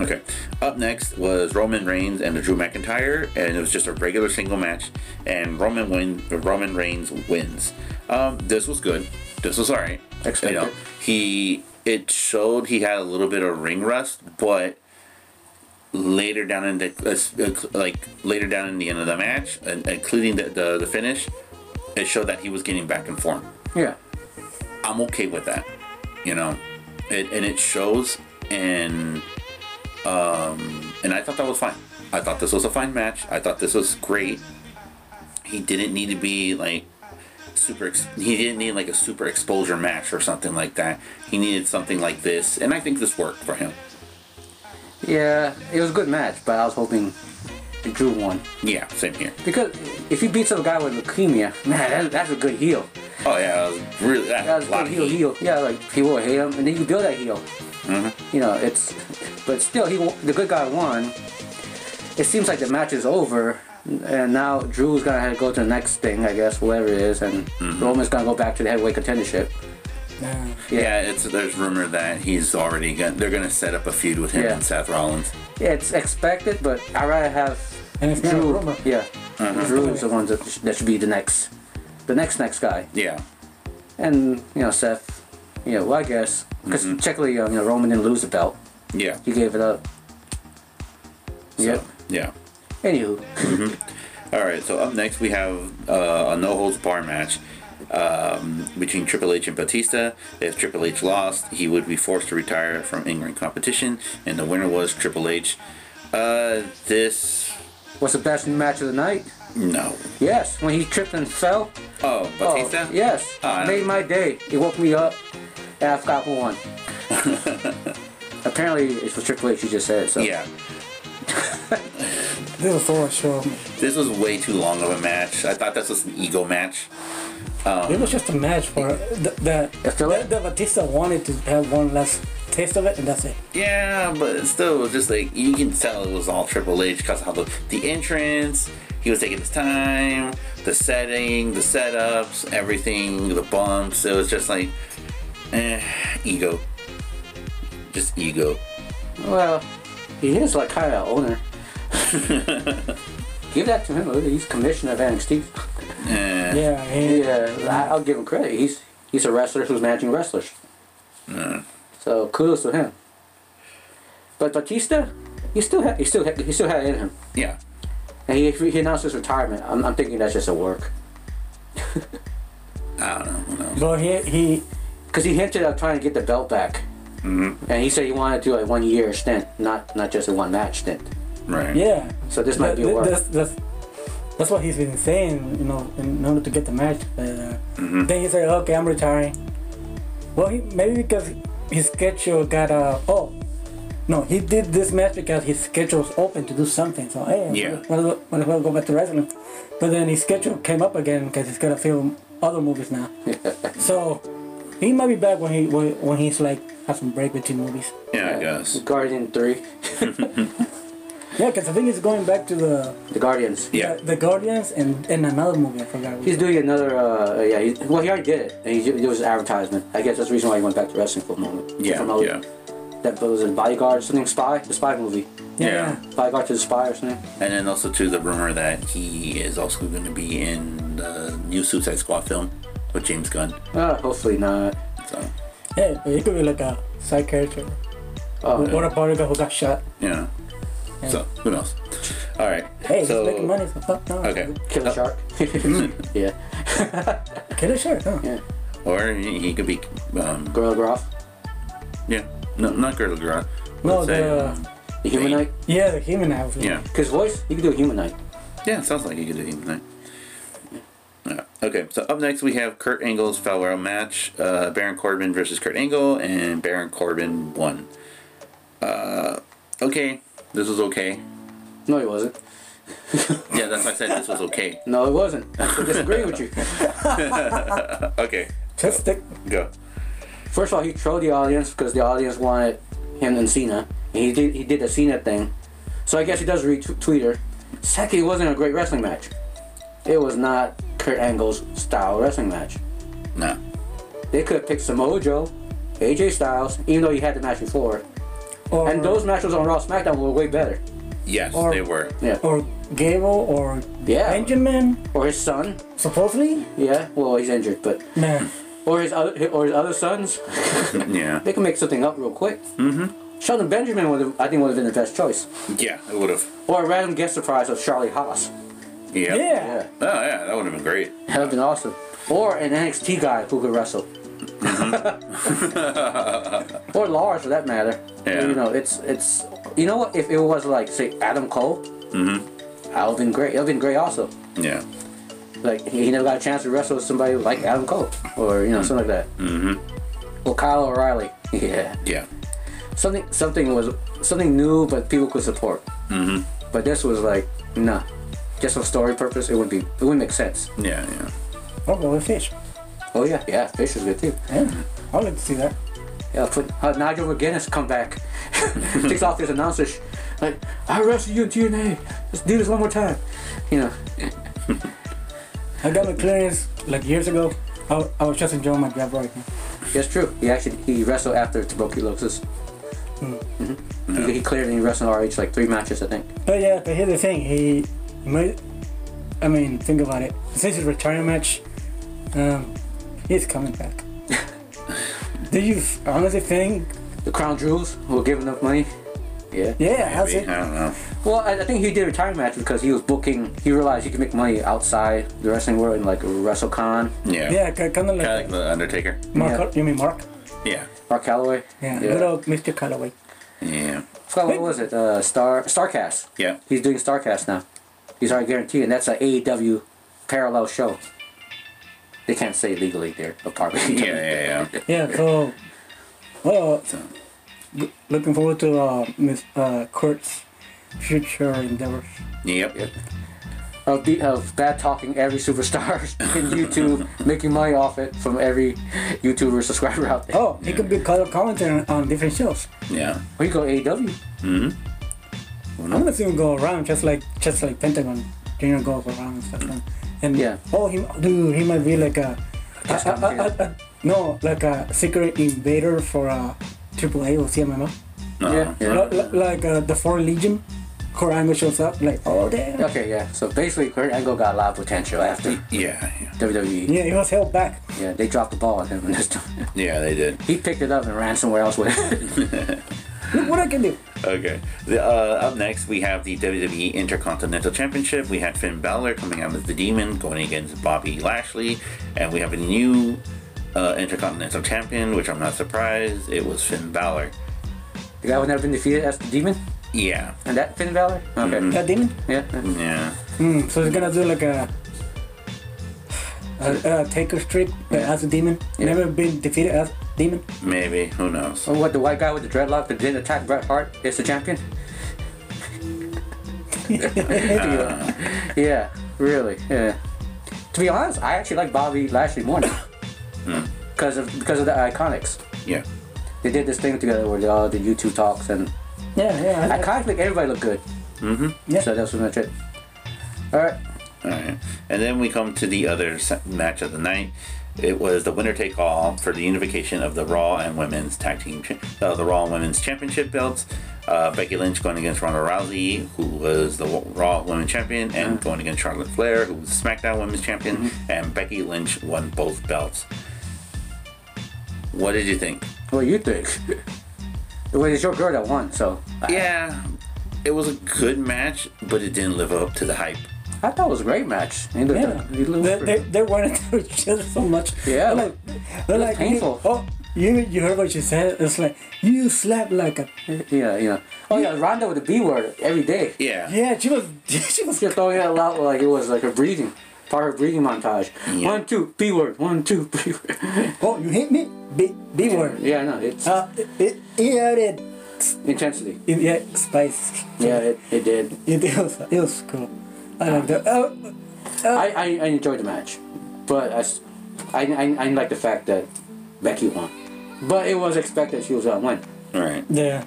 A: yeah. Okay. Up next was Roman Reigns and Drew McIntyre, and it was just a regular single match, and Roman win. Roman Reigns wins. Um, this was good. This was alright. You know,
B: Expected.
A: he it showed he had a little bit of ring rust, but later down in the uh, like later down in the end of the match, and including the, the the finish, it showed that he was getting back in form.
B: Yeah.
A: I'm okay with that. You know, it, and it shows, and um, and I thought that was fine. I thought this was a fine match. I thought this was great. He didn't need to be like super. Ex- he didn't need like a super exposure match or something like that. He needed something like this, and I think this worked for him.
B: Yeah, it was a good match, but I was hoping Drew won.
A: Yeah, same here.
B: Because if he beats some guy with leukemia, (laughs) man, that, that's a good heel.
A: Oh yeah, that was really that
B: That
A: was
B: was
A: a
B: a
A: lot
B: good
A: of
B: heel,
A: heat.
B: heel. Yeah, like people will hate him, and then you build that heel. You know, it's, but still, he won- the good guy won. It seems like the match is over, and now Drew's gonna have to go to the next thing, I guess, whatever it is, and Roman's gonna go back to the heavyweight contendership.
C: Nah.
A: Yeah. it's there's rumor that he's already going they're gonna set up a feud with him
B: Yeah.
A: and Seth Rollins.
B: Yeah, it's expected, but I'd rather have
C: And it's not a
B: Drew.
C: rumor.
B: Yeah, Drew is the one that, sh- that should be the next, the next next guy,
A: Yeah,
B: and you know Seth. You know, well, I guess because technically, um, you know, Roman didn't lose the belt;
A: yeah,
B: he gave it up. Yep.
A: yeah.
B: Anywho,
A: All right, so up next we have uh, a no holds bar match um, between Triple H and Batista. If Triple H lost, he would be forced to retire from in-ring competition, and the winner was Triple H. Uh, this
B: what's the best match of the night?
A: no.
B: Yes, when he tripped and fell.
A: Oh, Batista.
B: Oh, yes,
A: Oh, I don't-
B: made my day. He woke me up, and I've got one.
A: (laughs)
B: Apparently, it's for Triple H. You just said so.
A: Yeah,
C: This is so show.
A: this was way too long of a match. I thought this was an ego match.
C: It was just a match for the the,
B: I feel
C: the,
B: it.
C: the Batista wanted to have one last taste of it, and that's it.
A: Yeah, but still, it was just like you can tell it was all Triple H because how the the entrance, he was taking his time, the setting, the setups, everything, the bumps. It was just like, eh, ego, just ego.
B: Well, he is like kind
A: (laughs)
B: of owner. give that to him. really. He's commissioner of NXT.
A: Eh,
C: Yeah, and
B: Yeah, I- I'll give him credit. He's he's a wrestler who's managing wrestlers. So kudos to him. But Batista, he still had he still had, he still had it in him,
A: yeah,
B: and he he announced his retirement. I'm, I'm thinking that's just a work.
A: I don't know. you know.
C: but he he
B: Cause he hinted at trying to get the belt back,
A: Mm-hmm.
B: and he said he wanted to do a one year stint, not not just a one match stint.
A: Right.
C: yeah.
B: So this might
C: That-
B: be a work.
C: that's, that's that's what he's been saying, you know, in order to get the match. Uh, Then he said, "Okay, I'm retiring." Well, he, maybe because his schedule got uh oh. No, he did this match because his schedule was open to do something. So hey,
A: Yeah.
C: might as well- might as well go back to wrestling. But then his schedule came up again because he's gonna film other movies now. so he might be back when he when, when he's like have some break between movies.
A: Yeah, I guess.
B: Guardian three,
C: Yeah, because I think he's going back to the
B: the Guardians.
A: Yeah.
C: Uh, the, the Guardians and, and another movie. I forgot. which
B: He's doing another, uh, yeah, he, well, he already did it. He, ju- it was an advertisement. I guess that's the reason why he went back to wrestling for a moment.
A: Yeah,
B: From all-
A: yeah.
B: That was a bodyguard, something spy, the spy movie.
A: Yeah.
B: Bodyguard to the spy or something.
A: And then also too the rumor that he is also going to be in the new Suicide Squad film with James Gunn.
B: Uh, hopefully not.
A: So
C: Yeah, but he could be like a side character
B: Oh,
C: or a bodyguard who got shot.
A: yeah. So who knows? All right.
C: Hey,
A: so,
C: he's making money, so fuck no.
A: Okay.
B: Killer Shark. yeah.
C: Get a shirt, huh?
B: Yeah.
A: Or he he could be, um,
B: Gorilla Groff.
A: yeah, no, not Gerda Garot.
C: No,
A: Let's say,
C: the
A: um,
B: The Humanite.
C: yeah, the human outfit.
A: yeah,
B: His voice, you could do a Humanite.
A: yeah, it sounds like he could do anything. Yeah. Okay, so up next we have Kurt Angle's farewell match, uh, Baron Corbin versus Kurt Angle, and Baron Corbin won. Uh, okay, this was okay.
B: No, he wasn't.
A: Yeah, that's why I said this was okay.
B: No, it wasn't. (laughs) I disagree with you.
A: (laughs) Okay,
C: Just stick.
A: go.
B: First of all, he trolled the audience because the audience wanted him and Cena, and he did he did the Cena thing. So I guess he does retweet her. Second, it wasn't a great wrestling match. It was not Kurt Angle's style wrestling match.
A: No.
B: They could have picked Samoa Joe, AJ Styles, even though he had the match before.
C: Or,
B: And those matches on Raw SmackDown were way better.
A: Yes,
C: Or-
A: they were.
B: Yeah.
C: or Gable or
B: Yeah.
C: Benjamin,
B: Or his son.
C: supposedly.
B: Yeah. Well, he's injured, but
C: Man,
B: or his other or his other (laughs) sons.
A: Yeah.
B: They can make something up real quick. Mm-hmm. Sheldon Benjamin would have, I think would have been the best choice.
A: Yeah, it would have.
B: Or a random guest surprise of Charlie Haas.
A: Yeah.
C: yeah.
B: Yeah.
A: Oh yeah, that would have been great.
B: That would have been awesome. Or an NXT guy who could wrestle. (laughs) or Lars for that matter.
A: Yeah.
B: You know, it's it's you know what if it was like say Adam Cole, mm-hmm. that would have been great. It would have been great also.
A: Yeah.
B: Like he he never got a chance to wrestle with somebody like Adam Cole or you know, something like that. Mm-hmm. Or Kyle O'Reilly. (laughs) Yeah.
A: Yeah.
B: something something was something new but people could support mm-hmm. but this was like nah just for story purpose it would be it wouldn't make sense
A: Yeah. Yeah.
C: Or go with Fish.
B: oh yeah yeah fish was good too
C: Yeah. I would like to see that.
B: yeah put uh, nigel mcguinness come back (laughs) takes off his announcer sh- like i wrestle you in tna let's do this one more time you know
C: I got my clearance like years ago. I, I was just enjoying my job right now.
B: that's true he actually he wrestled after tuberculosis hmm he, he cleared and he wrestled rh like three matches i think
C: But yeah, but here's the thing. He made. I mean, think about it. Since his retirement match, um, he's coming back. Do you honestly think?
B: the crown jewels will give enough money yeah
C: Yeah, how's
A: Maybe.
C: it?
A: I don't know.
B: Well, I I think he did a retirement match because he was booking. He realized he could make money outside the wrestling world in like WrestleCon.
A: Yeah.
C: Yeah, kind of like
A: Kind of like the Undertaker.
C: Mark.
B: Yeah.
C: You mean Mark?
A: Yeah.
B: Mark Calloway.
C: Yeah,
B: yeah.
C: little Mr. Calloway.
A: Yeah.
B: forgot what was it? Uh, Star Starcast.
A: Yeah.
B: He's doing Starcast now. He's already guaranteed, and that's an AEW parallel show. They can't say legally they're a E part of AEW.
A: Yeah. Yeah. Yeah.
C: Yeah, so well,
A: So,
C: g- looking forward to uh, Miss uh, Kurt's future endeavors.
A: yep.
B: Yep. Of, be, of bad talking every superstar (laughs) in YouTube, making money off it from every YouTuber subscriber out there.
C: Oh, he could be color commentator on different shows.
A: Yeah.
B: Or you go AEW.
C: I'm gonna see him go around just like just like Pentagon Junior goes around and stuff. And, and
B: Yeah.
C: oh, he dude, he might be like a, a,
B: Just
C: a-
B: come here.
C: a- a- no, like a secret invader for uh, AAA or CMMO.
B: Yeah. yeah.
C: Li- li- Like uh, the Foreign Legion, Korango shows up like oh damn.
B: Okay, yeah. So basically, Kurt Angle got a lot of potential after
A: Yeah. Yeah.
B: WWE. Yeah,
C: Yeah, he was held back.
B: they dropped the ball on him this time.
A: Yeah. They did.
B: (laughs) He picked it up and ran somewhere else with it. (laughs)
C: Look what I can do.
A: Okay. The, uh, up next, we have the WWE Intercontinental Championship. We had Finn Balor coming out as the Demon, going against Bobby Lashley, and we have a new uh, Intercontinental Champion, which I'm not surprised. It was Finn Balor.
B: the guy who never been defeated as the demon,
A: Yeah.
B: and that Finn Balor. Okay.
C: That demon.
B: Yeah. yeah.
A: Yeah.
C: Hmm, so he's gonna do like a. A, a taker strip but as a demon.
B: Yeah.
C: Never been defeated as demon.
A: Maybe. Who knows?
B: So Oh, what the white guy with the dreadlock that didn't attack Bret Hart is the champion? yeah, really. Yeah. To be honest, I actually like Bobby Lashley more now. Because of because of the iconics.
A: Yeah.
B: They did this thing together where they all did YouTube talks and
C: Yeah, yeah. I-
B: iconics make everybody look good.
C: yeah.
B: So that's pretty much it. Alright.
A: All right. And then we come to the other se- match of the night. It was the winner take all for the unification of the Raw and Women's Tag Team, cha- uh, the Raw and Women's Championship belts. Uh, Becky Lynch going against Ronda Rousey, who was the Wo- Raw Women's Champion, and going against Charlotte Flair, who was SmackDown Women's Champion. And Becky Lynch won both belts. What did you think?
B: What do you think? (laughs) well, it's your girl that won, so I,
A: Yeah, it was a good match, but it didn't live up to the hype.
B: I thought it was a great match. You looked-
C: Yeah,
B: you looked
C: they, they,
B: pretty-
C: they wanted to (laughs) each other so much.
B: Yeah.
C: they're like, they're like
B: painful.
C: oh, you you heard what she said? It's like you slept like a
B: yeah, yeah. Oh yeah, Ronda with the B word every day.
A: Yeah.
C: yeah. She was (laughs) she was
B: She was throwing it out loud like it was like her breathing, part of her breathing montage.
A: Yeah.
B: One two B word, one two B word.
C: oh you hit me b b word
B: yeah, no, it's
C: uh it it it,
B: intensity.
C: it yeah spice
B: Yeah, it, it did.
C: it, it was it was cool. I like that. Oh,
B: I, I, I enjoyed the match, but I, s- I, I- I like the fact that Becky won, but it was expected she was gonna win.
A: All right.
C: yeah.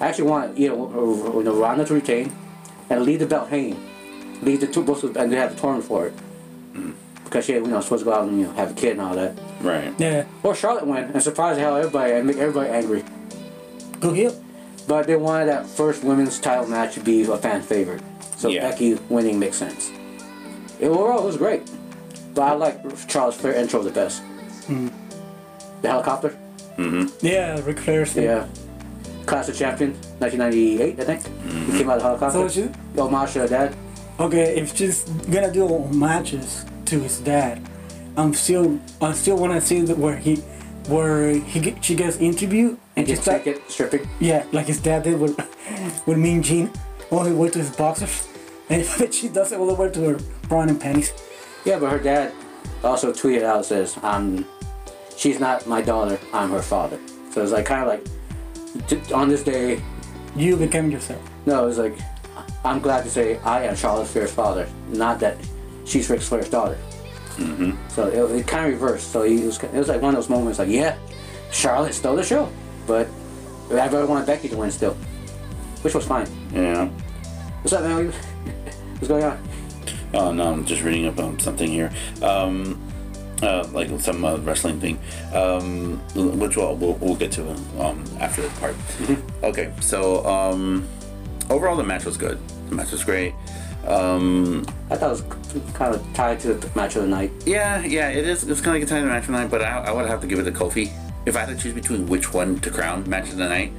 B: I actually want you know, uh, uh, Ronda to retain and leave the belt hanging. Leave the two books and they have the tournament for it. because she, you know, supposed to go out and you know have a kid and all that.
A: Right.
C: Yeah.
B: Or Charlotte win and surprise the hell out of everybody and make everybody angry.
C: Go heel.
B: But they wanted that first women's title match to be a fan favorite, so
A: Yeah.
B: Becky winning makes sense. It, overall, it was great, but I like Charles Flair intro the best. The helicopter,
C: Yeah, Ric Flair's thing.
B: yeah. Class of Champion, 1998, I think. He came out of the helicopter.
C: So what you-
B: Homage to her dad.
C: Okay, if she's gonna do matches to his dad, I'm still I still wanna see the, where he where he get, she gets interviewed
B: And
C: she
B: just
C: start-
B: take it, stripping.
C: Yeah, like his dad did with with Mean Gene, all the way to his boxers, (laughs) and but she does it all the way to her bra and panties.
B: Yeah, but her dad also tweeted out says, "I'm, she's not my daughter. I'm her father." So it's like kind of like, t- on this day,
C: You became yourself.
B: no, it's like, I'm glad to say I am Charlotte Flair's father, not that she's Ric Flair's daughter. So it, it kind of reversed. So he was, it was like one of those moments, like, yeah, Charlotte stole the show, but I really wanted Becky to win still, which was fine.
A: Yeah.
B: What's up, man? (laughs) What's going on?
A: Oh no, I'm just reading up on something here. Um, uh, like some uh, wrestling thing, um, which we'll, we'll, we'll get to um, after this part. Okay, so um, overall the match was good. The match was great. Um,
B: I thought it was kind of tied to the match of the night.
A: yeah, yeah, it is. It's kind of like a time of match of the night, but I, I would have to give it to Kofi. If I had to choose between which one to crown match of the night,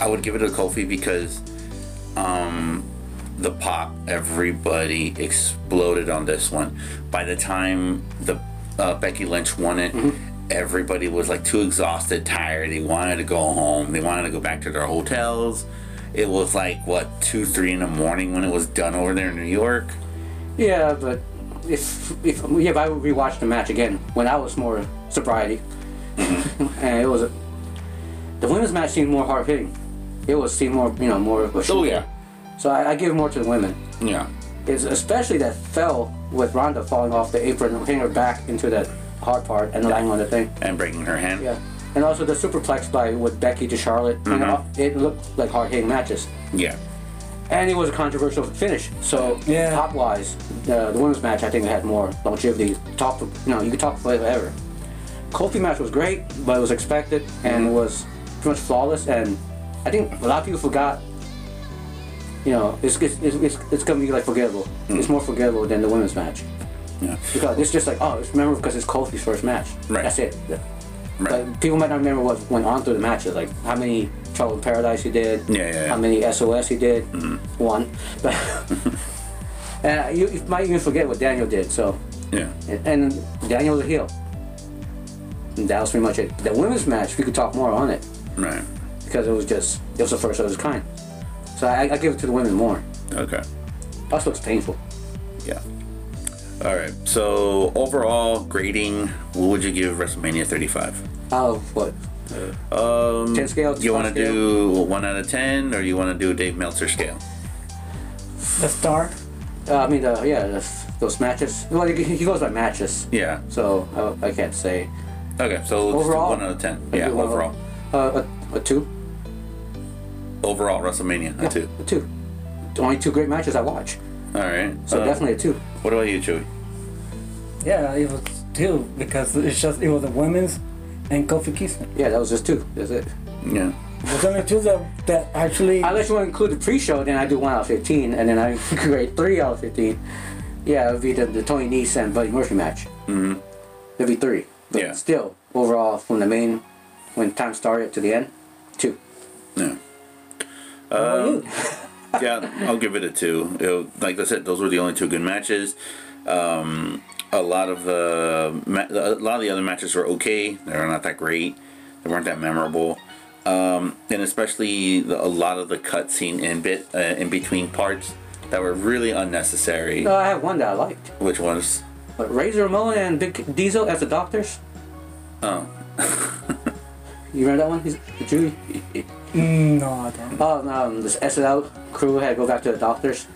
A: I would give it to Kofi because um, the pop. Everybody exploded on this one. By the time the uh, Becky Lynch won it, everybody was like too exhausted, tired. They wanted to go home. They wanted to go back to their hotels. It was like what two, three in the morning when it was done over there in New York.
B: Yeah, but if if yeah, if I rewatched the match again when I was more sobriety, and it was a, the women's match seemed more hard hitting. It was seemed more you know more. Of a shootout. So I, I give more to the women.
A: yeah,
B: It's especially that fell with Ronda falling off the apron and hitting her back into that hard part and lying on the thing.
A: and breaking her hand.
B: Yeah. And also the superplex by with Becky to Charlotte. You know, it looked like hard hitting matches.
A: yeah.
B: And it was a controversial finish. So
C: Yeah.
B: top wise, the, the women's match I think had more longevity. Talk, for, you know, you could talk forever. Kofi match was great, but it was expected and was pretty much flawless. And I think a lot of people forgot. You know, it's it's, it's, it's, it's gonna be like forgettable. It's more forgettable than the women's match
A: yeah.
B: because it's just like oh, it's remember because it's Kofi's first match.
A: Right.
B: That's it.
A: Right.
B: Like, people might not remember what went on through the matches, like how many Trouble in Paradise he did,
A: Yeah, yeah, Mm-hmm. yeah.
B: how many SOS he did, one. (laughs)
A: (laughs)
B: But and you, you might even forget what Daniel did. So,
A: yeah.
B: and, and Daniel's a heel. And that was pretty much it. The women's match, we could talk more on it
A: Right.
B: because it was just it was the first of its kind. So I, I give it to the women more.
A: Okay.
B: Also, it's painful.
A: Yeah. All right. So overall grading, what would you give WrestleMania 35?
B: Oh, what? Um, ten scale.
A: You want to
B: five scale?
A: do one out of ten, or you want to do Dave Meltzer scale?
C: The star.
B: Uh, I mean, the, yeah, the, those matches. Well, he, he goes by matches.
A: Yeah.
B: So uh, I, I can't say.
A: Okay. So let's
B: Overall?
A: do one out of ten. Yeah.
B: Well,
A: Overall.
B: Uh, a, a two.
A: Overall, WrestleMania a two.
B: A two. The Only two great matches I watch.
A: All right.
B: So
A: uh,
B: definitely a two.
A: What about you, Chewy?
C: Yeah, it was two because it's just it was the women's and Kofi (laughs) Kingston.
B: Yeah, that was just two. That's it.
A: Yeah.
C: There's only two that, that actually.
B: Unless you want to include the pre-show, then I do one out of fifteen, and then I (laughs) grade three out of fifteen. Yeah, it would be the, the Tony Nese and Buddy Murphy match. Mm-hmm. It'd be three. But
A: Yeah.
B: Still, overall, from the main, when time started to the end, two.
A: Yeah. Um,
C: Well, you.
A: yeah, I'll give it a two. It'll- like I said, those were the only two good matches. Um, a lot of the ma- a lot of the other matches were okay. They were not that great. They weren't that memorable. Um, and especially the, a lot of the cutscene in bit uh, in between parts that were really unnecessary.
B: No, Uh, I have one that I liked.
A: Which ones?
B: But Razor Ramon and Big Diesel as the doctors?
A: Oh,
B: (laughs) You remember that one? He's, the Jew?
C: Mm, no, I don't.
B: Oh, no, um, this SNL crew had to go back to the doctors.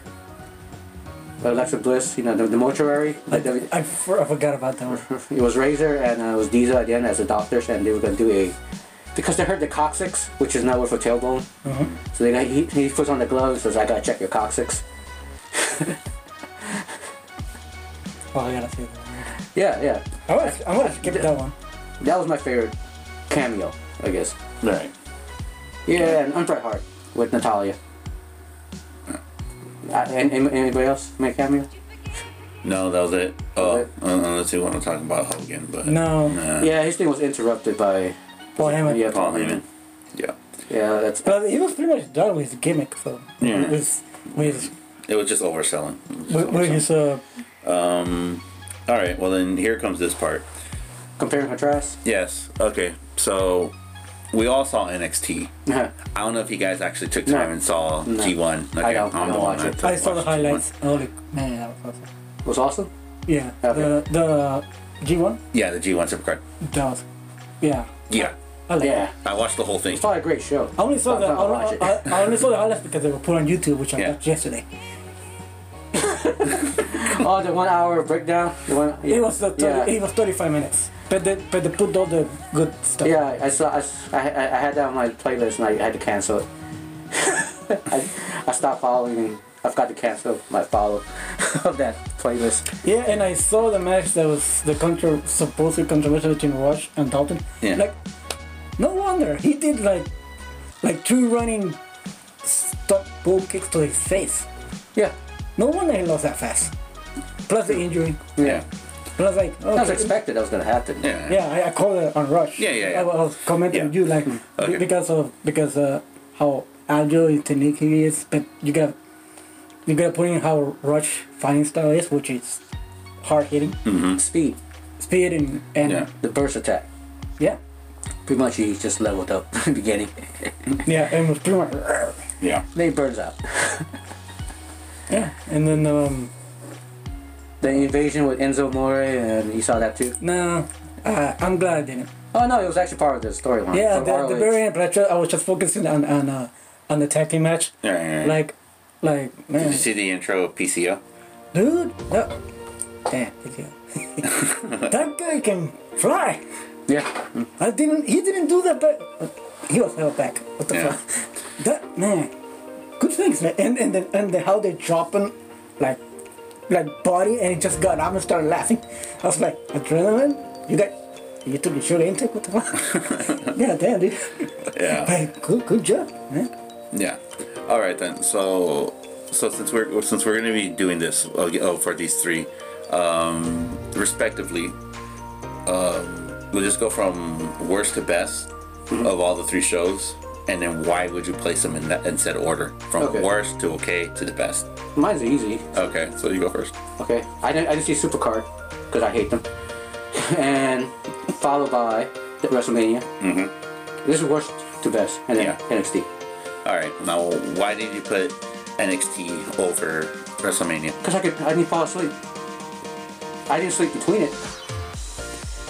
B: But Alexa Bliss, you know, the, the mortuary. like the-
C: I, for, I forgot about that one.
B: it was Razor and uh, it was Diesel again as the doctors, and they were going to do a. Because they heard the coccyx, which is not word for tailbone. So they got, he, he puts on the gloves and says, I gotta check your coccyx.
C: Oh, I gotta say that.
B: Yeah, yeah.
C: I wanna, I'm gonna skip that one.
B: That was my favorite cameo, I guess.
A: All right.
B: Yeah, and Untried Heart with Natalia. Uh, and, and- anybody else make a cameo?
A: No, that was it. Oh,
B: That
A: uh, unless you want to talk about Hogan, but
C: No.
A: Nah.
B: Yeah, his thing was interrupted by
C: Paul Heyman.
B: yeah,
A: Paul Heyman. Yeah,
B: Yeah, that's
C: But he was pretty much done with his gimmick, so
A: Yeah.
C: with with
A: it was just overselling. It was just
C: with, with
A: overselling.
C: his uh,
A: All right. Well, then here comes this part.
B: compare and contrast.
A: Yes. Okay. So we all saw NXT.
B: I
A: I don't know if you guys actually took
B: No.
A: time and saw
B: No.
A: G1. Okay,
B: I don't- I
A: I'm
B: don't
A: the one
B: watch
A: that
B: it.
A: took-
C: I saw the
A: watched
C: highlights. Oh, like, man, that was awesome.
B: (laughs) was awesome.
C: Yeah,
B: Okay.
C: the the G1.
A: G1. Yeah, the G1 Supercard.
C: That was, yeah.
A: Yeah,
C: I like
B: Yeah,
A: I watched the whole thing.
B: it's probably a great show.
C: I only saw
B: I'm
C: the
B: not gonna
C: I,
B: watch
C: I, I only saw the highlights because they were put on YouTube, which I
A: Yeah.
C: watched yesterday.
B: (laughs) Oh, the one hour breakdown. The one. Yeah.
C: It was the 30,
B: yeah.
C: it was 35 minutes, but they but they put all the good stuff.
B: Yeah, I saw. I, s- I- I- I had that on my playlist, and I had to cancel it. (laughs) I, I stopped following. I've got to cancel my follow (laughs) of that playlist.
C: Yeah, and I saw the match that was the contro- supposedly controversial between Rush and Dalton.
A: Yeah.
C: Like, no wonder he did like, like two running stop bull kicks to his face.
B: Yeah,
C: No wonder he lost that fast. Plus the injury.
A: Yeah.
C: Plus like, okay,
B: I was expected that was gonna happen.
A: Yeah.
C: Yeah, I, I called it on Rush.
A: Yeah, yeah, yeah.
C: I was commenting
A: Yeah. Mm-hmm.
C: with you like be-
A: Okay.
C: because of because uh, how agile and technique he is, but you got you got to put in how Rush fighting style is, which is hard hitting,
B: Speed,
C: speed, and and
A: Yeah.
C: yeah,
B: the burst attack.
C: yeah,
B: Pretty much, he just leveled up (laughs) in the beginning.
C: and was pretty much
A: Yeah.
B: then he burns out.
C: yeah, and then um
B: The invasion with Enzo More, and you saw that too.
C: nah. Uh, I'm glad I didn't.
B: Oh no, it was actually part of the storyline.
C: Yeah,
B: from
C: the, the
B: ROH.
C: very end, but I, just, I was just focusing on on uh, on the tag team match.
A: Yeah, yeah, yeah.
C: Like, like man.
A: Did you see the intro of
C: (laughs)
A: PCO?
C: Dude, that, damn, did you?
A: (laughs)
C: that guy can fly.
B: Yeah, Mm.
C: I didn't. He didn't do that, but he was held back. What the
A: Yeah.
C: fuck? That man. Good things, man. And and the, and the, how they dropping, like, like body, and he just got up and started laughing. I was like, adrenaline. You got. You took your sugar intake. What the fuck? yeah, damn, dude.
A: Yeah.
C: Hey, good, good job, man.
A: Yeah. All right then. So, so since we're since we're gonna be doing this uh, oh, for these three, um, respectively, um, we'll just go from worst to best of all the three shows, and then why would you place them in that in said order from
B: Okay.
A: worst to okay to the best?
B: mine's easy.
A: Okay, so you go first.
B: Okay, I didn't. I didn't see Supercard because I hate them, (laughs) and followed by the WrestleMania. Mm-hmm. This is worst to best, and then
A: Yeah.
B: NXT.
A: All right. Now, why did you put NXT over WrestleMania?
B: Because I could, I didn't fall asleep. I didn't sleep between it.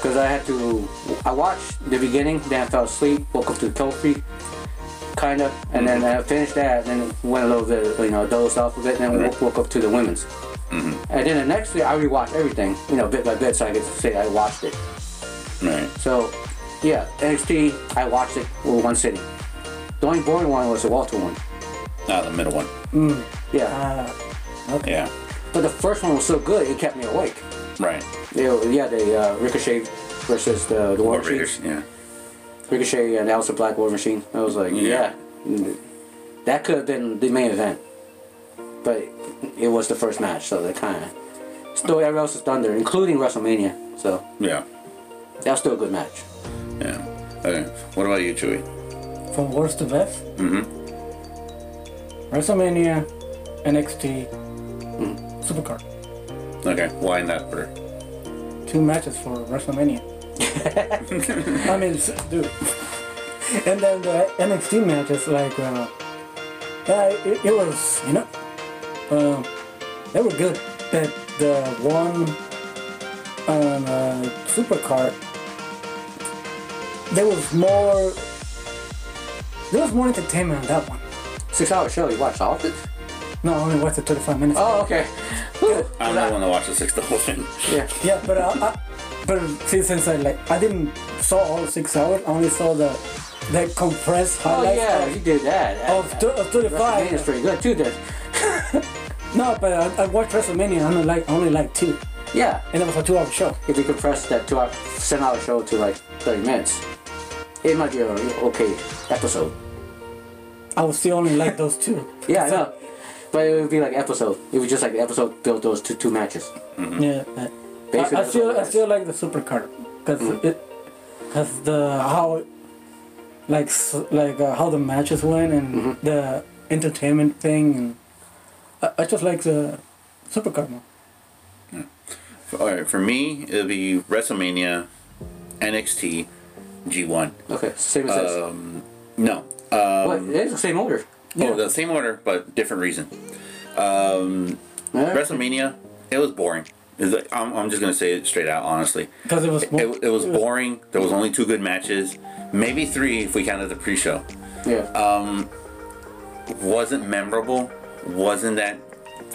B: Because I had to, I watched the beginning, then I fell asleep, woke up to Kofi, kind of, and then I finished that, and then went a little bit, you know, dozed off a bit, and then woke, woke up to the women's. And then the next day, I rewatched everything, you know, bit by bit, so I could say I watched it.
A: All right.
B: So, yeah, NXT, I watched it with one sitting. The only boring one was the Walter one.
A: Not the middle one.
B: Yeah.
C: Uh,
A: Yeah.
B: But the first one was so good, it kept me awake.
A: Right.
B: Yeah, yeah, the uh, Ricochet versus the, the War Machine.
A: Warriors. Yeah.
B: Ricochet and Alistair Black War Machine. I was like,
A: Yeah.
B: yeah. That could have been the main event. But it was the first match, so they kind of still everyone else is thunder, including WrestleMania. So
A: Yeah.
B: that was still a good match.
A: Yeah. Okay. What about you, Chewy?
C: from worst to best. Mm-hmm. WrestleMania, NXT, Supercard.
A: Okay. Why in that order?
C: Two matches for WrestleMania. I mean, s- dude. And then the NXT match is like, uh, yeah, it, it was, you know, uh, they were good, but the one on uh, Supercard, there was more, there was more entertainment on that one.
B: Six hour show, you watched all of it?
C: No, I only watched the 35 minutes.
B: Oh, okay.
A: I'm the one that watched the (laughs) six the whole thing.
B: Yeah.
C: Yeah, but uh, I, but see, since I like I didn't saw all six hours, I only saw the the compressed
B: Oh,
C: highlights
B: yeah,
C: of-
B: you did that.
C: of, th- of
B: WrestleMania's
C: 35.
B: pretty good too, then.
C: No, but I, I watched WrestleMania. I only like I only like two.
B: Yeah,
C: and it was a two-hour show.
B: if you compress that two hour, seven hour show to like 30 minutes, it might be an okay episode.
C: I would still only like those two.
B: (laughs) Yeah, I know. But it would be like episode. It was just like the episode built those two two matches.
C: Yeah. I-
B: Basically,
C: I,
B: that's
C: still
B: what it
C: I
B: is. Hmm.
C: still like the super card because it because the how like s- like uh, how the matches went and
B: Mm-hmm.
C: the entertainment thing and I, I just like the super card more.
A: All right, for me, it'll be WrestleMania, NXT, G1.
B: Okay, same as this.
A: Um, no.
B: But
A: Um,
B: it is the same order.
A: Oh, the same order, but different reason.
B: Yeah.
A: WrestleMania, it was boring. It's like- I'm, I'm just gonna say it straight out, honestly.
C: Because it was more,
A: It, it was boring. There was only two good matches, maybe three if we counted the pre-show.
B: Yeah.
A: Wasn't memorable. Wasn't that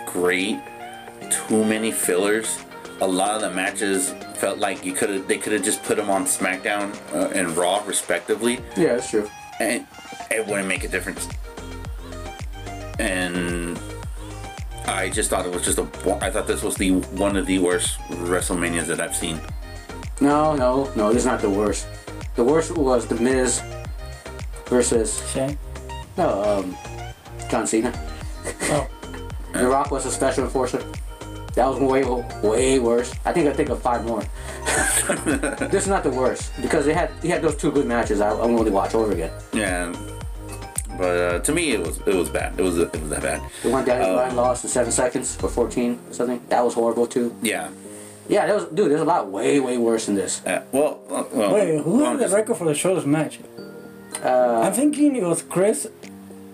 A: great. Too many fillers. A lot of the matches felt like you could have. They could have just put them on SmackDown uh, and Raw, respectively,
B: yeah, that's true.
A: and it wouldn't make a difference. And I just thought it was just a. bo- I thought this was the one of the worst WrestleManias that I've seen.
B: No, no, no, this is not the worst. The worst was The Miz versus
C: Shane.
B: no, um, John Cena.
C: Oh,
B: The Rock was a special enforcer. That was way, way worse. I think I think of five more. (laughs) this is not the worst because they had he had those two good matches. I, I'm willing to watch over again.
A: Yeah, but uh, to me, it was it was bad. It was it was that bad.
B: The one Daniel Bryan lost in seven seconds or 14 or something. That was horrible too.
A: Yeah.
B: Yeah, that was dude. There's a lot way, way worse than this.
A: Uh, well, uh, well,
C: wait, Oh, who
A: well,
C: had the
A: just-
C: record for the shortest match? Uh, I'm thinking it was Chris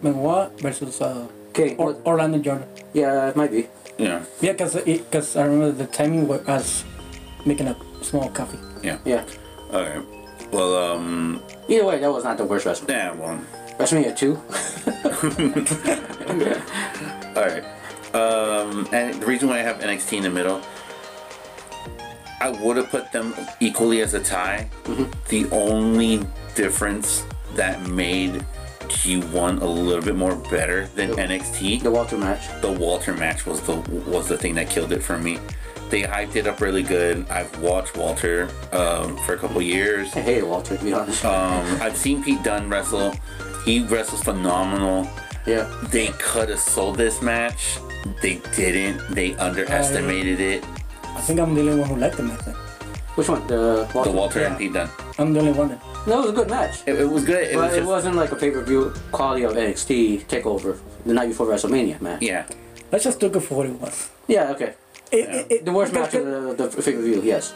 C: Benoit versus uh,
B: Okay,
C: or,
B: what-
C: Orlando Jordan.
B: Yeah, uh, it might be.
A: Yeah,
C: Yeah, because because I remember the timing was us making a small coffee.
A: yeah.
B: Yeah.
A: All right. Well, um,
B: Either way, that was not the worst WrestleMania.
A: yeah. Well,
B: WrestleMania two.
A: all right. Um, and the reason why I have NXT in the middle, I would have put them equally as a tie. The only difference that made G1 a little bit more better than NXT
B: The Walter match.
A: the Walter match was the was the thing that killed it for me. They hyped it up really good. I've watched Walter um, for a couple years.
B: I hated Walter to be honest.
A: Um, I've seen Pete Dunne wrestle. He wrestles phenomenal.
B: yeah.
A: They could have sold this match. They didn't. They underestimated it.
C: I think I'm the only one who liked the match. then.
B: Which one? The Walter.
A: The Walter and
C: Yeah.
A: Pete Dunne.
C: I'm the only one. That,
B: That was a good match.
A: It, it was good. It
B: but
A: was
B: it
A: just,
B: wasn't like a pay-per-view quality of NXT Takeover the night before WrestleMania match.
A: yeah.
C: Let's just look it for what it was.
B: Yeah, okay.
C: It, it, it,
B: The worst match
C: because-
B: of the, the pay-per-view, yes.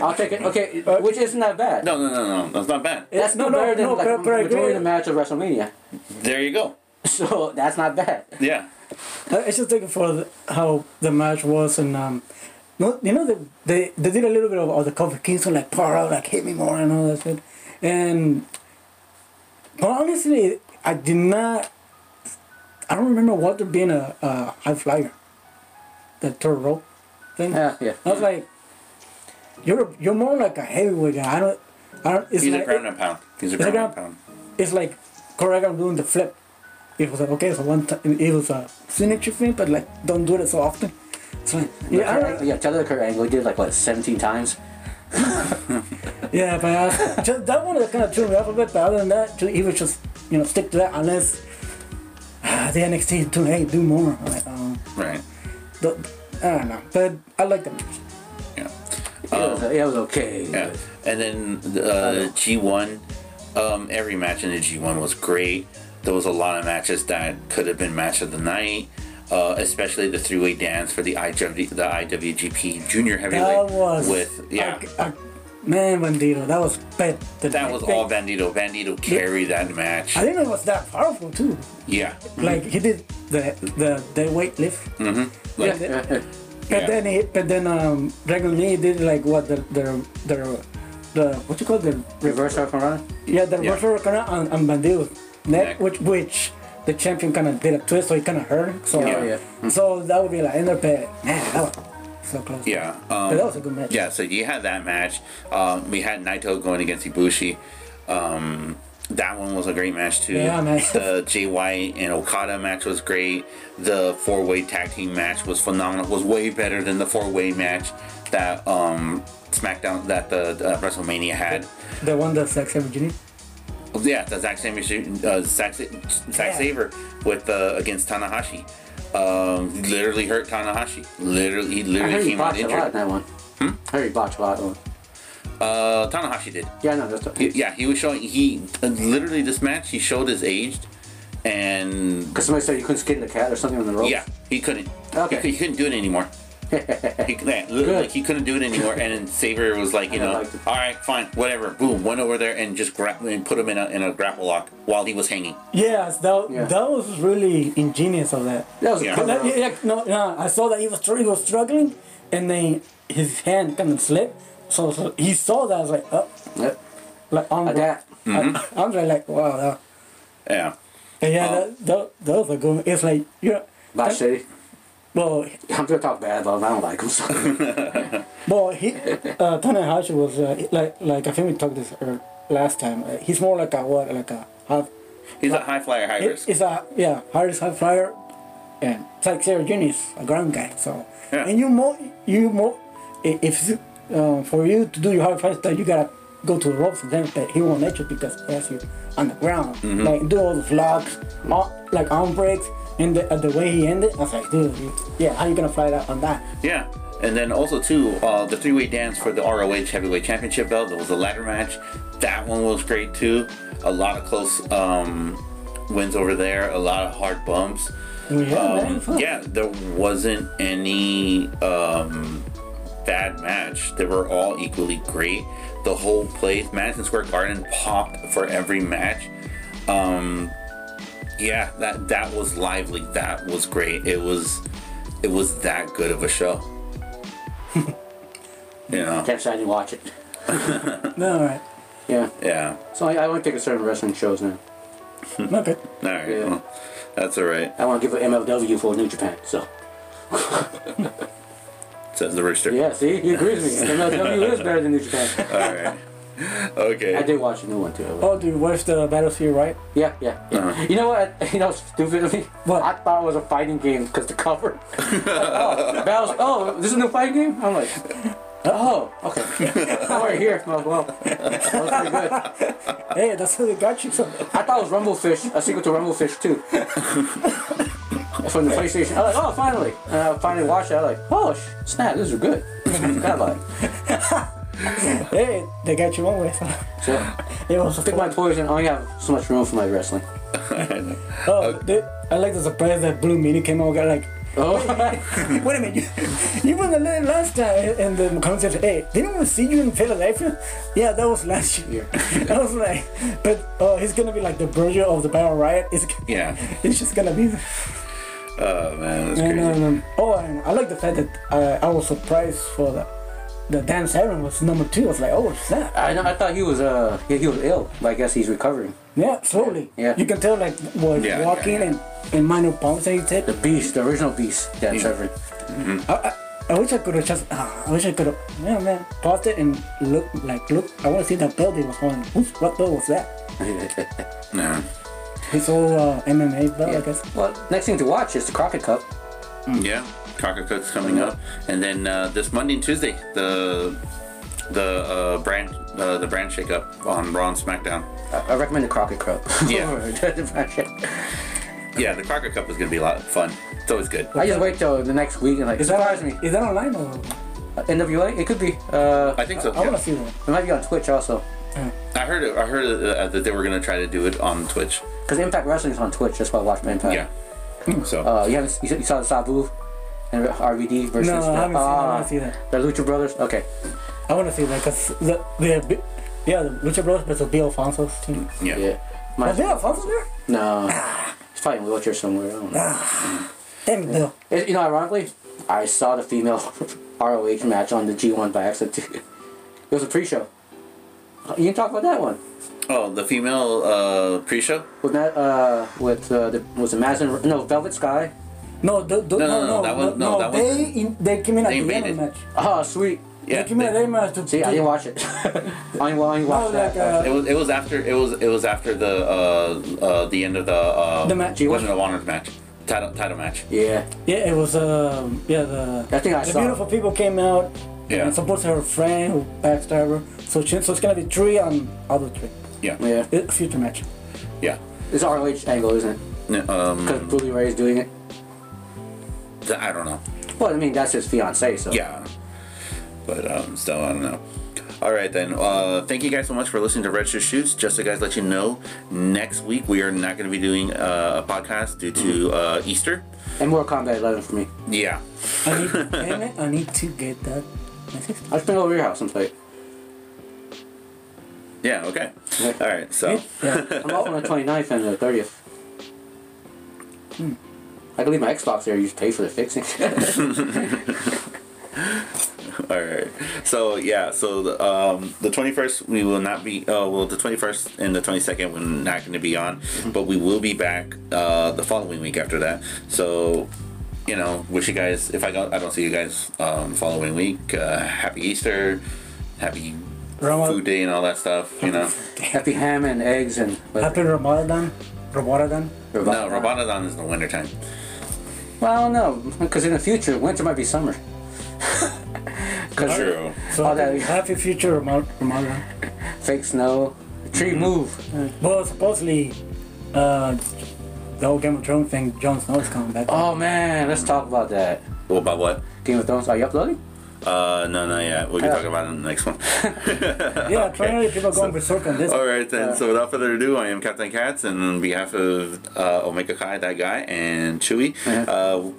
B: I'll take it. Okay, which isn't that bad.
A: No, no, no, no. That's not bad.
B: That's no,
C: No, no,
B: better than
C: no,
B: like
C: but- but I
B: majority
C: agree.
B: of the match of WrestleMania. (laughs)
A: There you go.
B: So that's not bad.
A: Yeah.
C: I I just think for the, how the match was and um, no, you know they, they they did a little bit of, of the Kofi Kingston like power out like hit me more and all that shit, and but honestly I did not. I don't remember Walter being a, a high flyer. The third row
B: (laughs)
C: thing.
B: Yeah, yeah.
C: I was like, you're you're more like a heavyweight guy. I don't. I don't. It's
A: He's
C: like
A: a ground and pound. He's a
C: He's a
A: ground and
C: ground-
A: pound.
C: it's like correct I'm doing the flip. It was like okay, so one time it was a signature thing, but like don't do it so often. It's like yeah, I
B: Yeah,
C: don't,
B: yeah, tell the Kurt Angle he did like what 17 times.
C: yeah, but uh, (laughs) just that one that kind of threw me off a bit. But other than that, ju- he was just you know stick to that unless ah, the NXT too hey do more. I'm like, um,
A: Right.
C: the, I don't know, but I like the match.
A: Yeah.
B: It, was, it was okay.
A: Yeah, and then uh, G1, um, every match in the G1 was great. There was a lot of matches that could have been match of the night, uh, especially the three-way dance for the IW, the IWGP Junior Heavyweight
C: That was
A: with yeah.
C: I, I, man Bandito, that was bad.
A: that was all Bandito. Bandito carried that match.
C: I didn't know it was that powerful too.
A: Yeah,
C: Like he did the the the weight lift. Mm-hmm.
A: Like-
C: But
A: Yeah.
C: then he, but then um, Dragon Lee did like what the the the, the what you call the
B: Reverse Hurricane Run.
C: yeah the
A: Yeah.
C: yeah. reverse kind of on, on Bandito's
A: Neck.
C: neck, which which the champion kind of did a twist, so he kind of hurt. So
B: Yeah,
A: Yeah. Mm-hmm.
C: so that would be like end up man that was so close.
A: yeah,
C: but
A: um,
C: that was a good match.
A: yeah. So you had that match. Um, we had Naito going against Ibushi. Um, That one was a great match too.
C: Yeah, man.
A: The Jay White and Okada match was great. The four way tag team match was phenomenal. Was way better than the four way match that um SmackDown that the uh, WrestleMania had.
C: The one that Zack Sabre Jr.
A: Oh, Yeah, the Zack Sabre uh, Zack, Sa- Zack
C: Yeah.
A: Saber with uh, against Tanahashi. Um, literally hurt Tanahashi. Literally, he
B: I heard
A: literally
B: he
A: came out
B: botched a lot in
A: injured.
B: that one. I heard he botched a lot. Oh.
A: Uh, Tanahashi did.
B: Yeah, no, that's because
A: Yeah, he was showing. He uh, literally this match he showed his age, and
B: somebody said you couldn't skin the cat or something on the rope.
A: Yeah, he couldn't.
B: Okay.
A: He, cou- he couldn't do it anymore.
B: (laughs)
A: he, yeah, li-
B: Good.
A: like, he couldn't do it anymore, and then Saber was like, you
B: I
A: know,
B: liked it.
A: all right, fine, whatever. Boom, went over there and just grabbed and put him in a, in a grapple lock while he was hanging.
C: Yes, that
B: Yeah.
C: that was really ingenious of that.
B: that was
A: Yeah.
B: a
C: But
B: cover
C: that- yeah, yeah, no, no, I saw that he was str- he was struggling, and then his hand kind of slipped. So, so he saw that. I was like, oh,
B: Yep.
C: like Andre, Mm-hmm.
B: Adapt.
C: I, Andre, like, wow, that,
A: Yeah,
C: and yeah,
A: Oh.
C: that, that that was a good. It's like you're.
B: Bot
C: that-
B: Shady.
C: well,
B: I'm gonna talk bad about him. I don't like him. So. (laughs)
C: Well, he uh, Tanahashi was uh, like like I think we talked this uh, last time. Uh, he's more like a what like a half.
A: he's a high flyer, high risk.
C: It's a yeah, Harris high flyer, and it's like Sarah Junius, a ground guy. So
A: Yeah.
C: and you more you more i- if you- uh, for you to do your high flyer stuff, you gotta go to the ropes and then that he won't let you because he has you on the ground.
A: Mm-hmm.
C: Like do all the vlogs, all, like arm breaks, and the, uh, the way he ended, I was like, dude, you- yeah, how you gonna fly that on that?
A: Yeah. And then also too, uh, the three-way dance for the ROH Heavyweight Championship belt. There was a ladder match. That one was great too. A lot of close um, wins over there. A lot of hard bumps.
C: Yeah, man,
A: Um,
C: fuck.
A: yeah, there wasn't any um, bad match. They were all equally great. The whole place, Madison Square Garden, popped for every match. Um, yeah, that that was lively. That was great. It was it was that good of a show. (laughs) you know,
B: Can't say I didn't watch it.
C: No, all right,
B: Yeah.
A: yeah.
B: So I, I only take a certain wrestling shows now.
A: Mm-hmm.
C: okay.
A: All right,
B: Yeah.
A: well, that's all right.
B: I want to give an MLW for New Japan. So.
A: Says the rooster.
B: Yeah. See, he agrees
C: (laughs)
B: with me. MLW is better than New Japan.
A: All right. (laughs)
B: I (laughs)
A: Okay.
B: did watch a new one too.
C: Oh, dude, where's the battlefield, right?
B: Yeah, yeah. You know what? (laughs) You know, stupid of me.
C: What?
B: I thought it was a fighting game because the
C: (laughs)
B: cover. oh, Battles. Oh, this is a new fighting game. I'm like, oh,
C: (laughs)
B: okay. oh, right here. I'm like, well, that was pretty good.
A: Uh.
C: Hey, that's how they got you. (laughs) So,
B: I thought it was Rumblefish, a sequel to Rumblefish
C: (laughs)
B: too. From the PlayStation. I was like, oh, finally. And I finally watched it. I was like, oh, sh- snap, this is good. God, like,
C: hey, they got you one way. (laughs) So.
B: so,
A: (laughs)
C: It was a
B: pick my toys and I only have so much room for my wrestling.
C: Oh, dude, I like the surprise that Blue Mini came out. Got like, (laughs)
B: Oh, (laughs)
C: wait a minute, you, (laughs) you won the la- last time, and the comments said, hey, didn't we see you in Philadelphia? Yeah, that was last year. (laughs) I was like, but oh, he's gonna be like the version of the Battle Riot. It's
A: Yeah.
C: (laughs) it's just gonna be.
A: (laughs) Oh man, that's
C: And,
A: crazy.
C: um, oh, and I like the fact that uh, I, I was surprised for the the Dan Siren was number two. I was like, oh, what's that?
B: I know. I thought he was uh, he, he was ill, but I guess he's recovering.
C: Yeah, slowly.
B: Yeah.
C: You can tell like was
A: Yeah, yeah,
C: walking
A: yeah.
C: and and minor bumps that he
B: The
C: take.
B: Beast, the original Beast,
C: Mm-hmm.
B: Dan Severn.
C: I wish I could have just. ah, I wish I could have. Yeah, man. Paused it and look like look. I want to see that belt he was holding. Who's, what belt was that?
A: Yeah.
C: His old uh, MMA belt, I guess.
B: Well, next thing to watch is the Crockett Cup.
A: Yeah, Crocker Cook's coming up, and then uh, this Monday and Tuesday, the the uh, brand uh, the brand shakeup on Raw and SmackDown.
B: I, I recommend the Crockett
C: (laughs)
B: Cup. (laughs)
A: Yeah.
B: I
A: Yeah, the Crocker Cup is gonna be a lot of fun. It's always good.
B: just wait till the next week and like
C: Is
B: surprise
C: that
B: me.
C: Is that online or?
B: NWA? It could be. Uh,
A: I think so.
C: I want
A: yeah.
C: to see that.
B: it might be on Twitch also.
A: I heard it, I heard uh, that they were gonna try to do it on Twitch.
B: Because Impact Wrestling's on Twitch. That's why I watch my Impact.
A: Yeah. So
B: Uh, you haven't you, saw- you saw the Sabu and RVD versus
C: No, I
B: the,
C: haven't seen that. I
B: ah,
C: wanna see that.
B: the Lucha Brothers. Okay.
C: I want to see that because the the bi- yeah the Lucha Bros versus Bill Alfonso's team.
A: yeah.
B: Yeah. My,
C: Was Bill Alfonso there?
B: no. He's probably in a wheelchair somewhere. I don't know.
C: Damn it, Bill.
B: It- you know, ironically, I saw the female (laughs) ROH match on the G1 by accident. it was a pre-show. You can talk about that one.
A: Oh, the female uh, pre-show.
B: With that, uh, with uh, the was it Madison? No, Velvet Sky.
C: No, do, do,
A: No,
C: no,
A: no,
C: no,
A: no, that was- no, that
C: they
A: was-
C: in, they came in at
A: They
C: the end of
A: invaded.
C: the match.
B: Ah, sweet.
A: Yeah,
C: They give me
A: they-
C: a name uh, to.
B: See, I
C: to-
B: didn't watch it. (laughs) I didn't, I didn't watch
C: No,
B: that.
C: like, uh,
A: It was, it was after it was it was after the uh, uh, the end of the uh,
C: The match.
A: It wasn't a Honor match, title title match.
B: yeah,
C: Yeah, it was um yeah the
B: I think I
C: the
B: saw.
C: beautiful people came out
A: Yeah.
C: and supported her friend who backstabbed her. So she, so it's gonna be three on other three.
A: Yeah,
B: yeah.
C: It, future match.
A: yeah.
B: It's a ROH angle, isn't it?
A: N- Um,
B: Because Bully Ray is doing it.
A: th- I don't know.
B: Well, I mean, that's his fiance, so.
A: Yeah, but um, still, I don't know. All right then. Uh, thank you guys so much for listening to Red Shirt Shoots. Just to guys let you know, next week we are not going to be doing uh, a podcast due to uh, Easter.
B: And Mortal Kombat 11 for me.
A: Yeah,
C: I
A: (laughs)
C: need, damn it, I need to get that message.
B: I'll just bring it over to your house and play it.
A: yeah. Okay.
B: Okay.
A: All right. So
C: Yeah.
B: I'm off on the 29th and the 30th. I can leave my Xbox there. You just pay for the fixing. (laughs)
A: all right. So yeah. So the, um, the 21st we will not be. Uh, well, the 21st and the 22nd we're not going to be on, but we will be back uh, the following week after that. So. You know, wish you guys. If I don't, I don't see you guys um, following week. Uh, happy Easter, happy
C: Rama-
A: food day, and all that stuff. You know,
B: Happy ham and eggs and.
C: Happy Ramadan. Ramadan.
A: no, Ramadan is the winter time.
B: Well, no, because in the future, winter might be summer. (laughs) 'Cause
A: True.
C: So
B: All that-
C: happy future Rama- Ramadan.
B: fake snow, tree move.
C: Uh, well, supposedly, uh, the whole Game of Thrones thing, Jon Snow is coming back.
B: Oh man, let's talk about that.
A: Well, about what?
B: Game of Thrones. Are you uploading?
A: Uh, no, no, yeah. We can talk about it in the next (laughs) one.
C: yeah, apparently people are going berserk on this.
A: All right, then. so without further ado, I am Captain Katz, and on behalf of uh, Omega Kai, that guy, and Chewy, uh,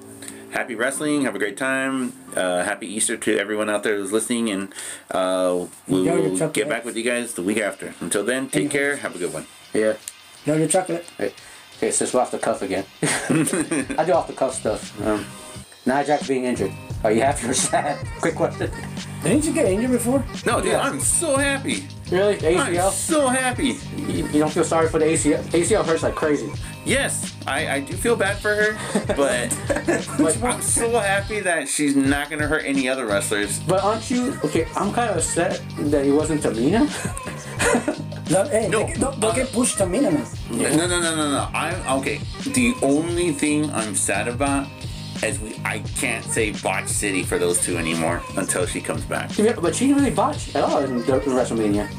A: happy wrestling. Have a great time. Uh, happy Easter to everyone out there who's listening, and uh, we
C: Enjoy your
A: will
C: chocolate.
A: get back with you guys the week after. Until then, take care. Have a good one.
B: Yeah.
C: Love your chocolate.
B: Right. Okay, so it's off the cuff again. (laughs) I do off the cuff stuff. Um, Nia Jax being injured. Are you happy or sad? (laughs) Quick question.
C: Didn't you get injured before?
A: No, dude, I'm so happy.
B: Really? The
A: I'm
B: ACL?
A: so happy.
B: You, you don't feel sorry for the ACL? ACL hurts like crazy.
A: Yes, I, I do feel bad for her, but
B: But,
A: I'm so happy that she's not gonna hurt any other wrestlers.
B: but aren't you okay? I'm kind of upset that it wasn't Tamina.
C: No, hey,
A: No.
C: Don't, don't, don't get pushed
A: (laughs)
C: to minimum.
A: No, no, no, no, no. I'm okay. The only thing I'm sad about is we I can't say Botch City for those two anymore until she comes back.
B: Yeah, but she didn't really botch at all in, the, in WrestleMania.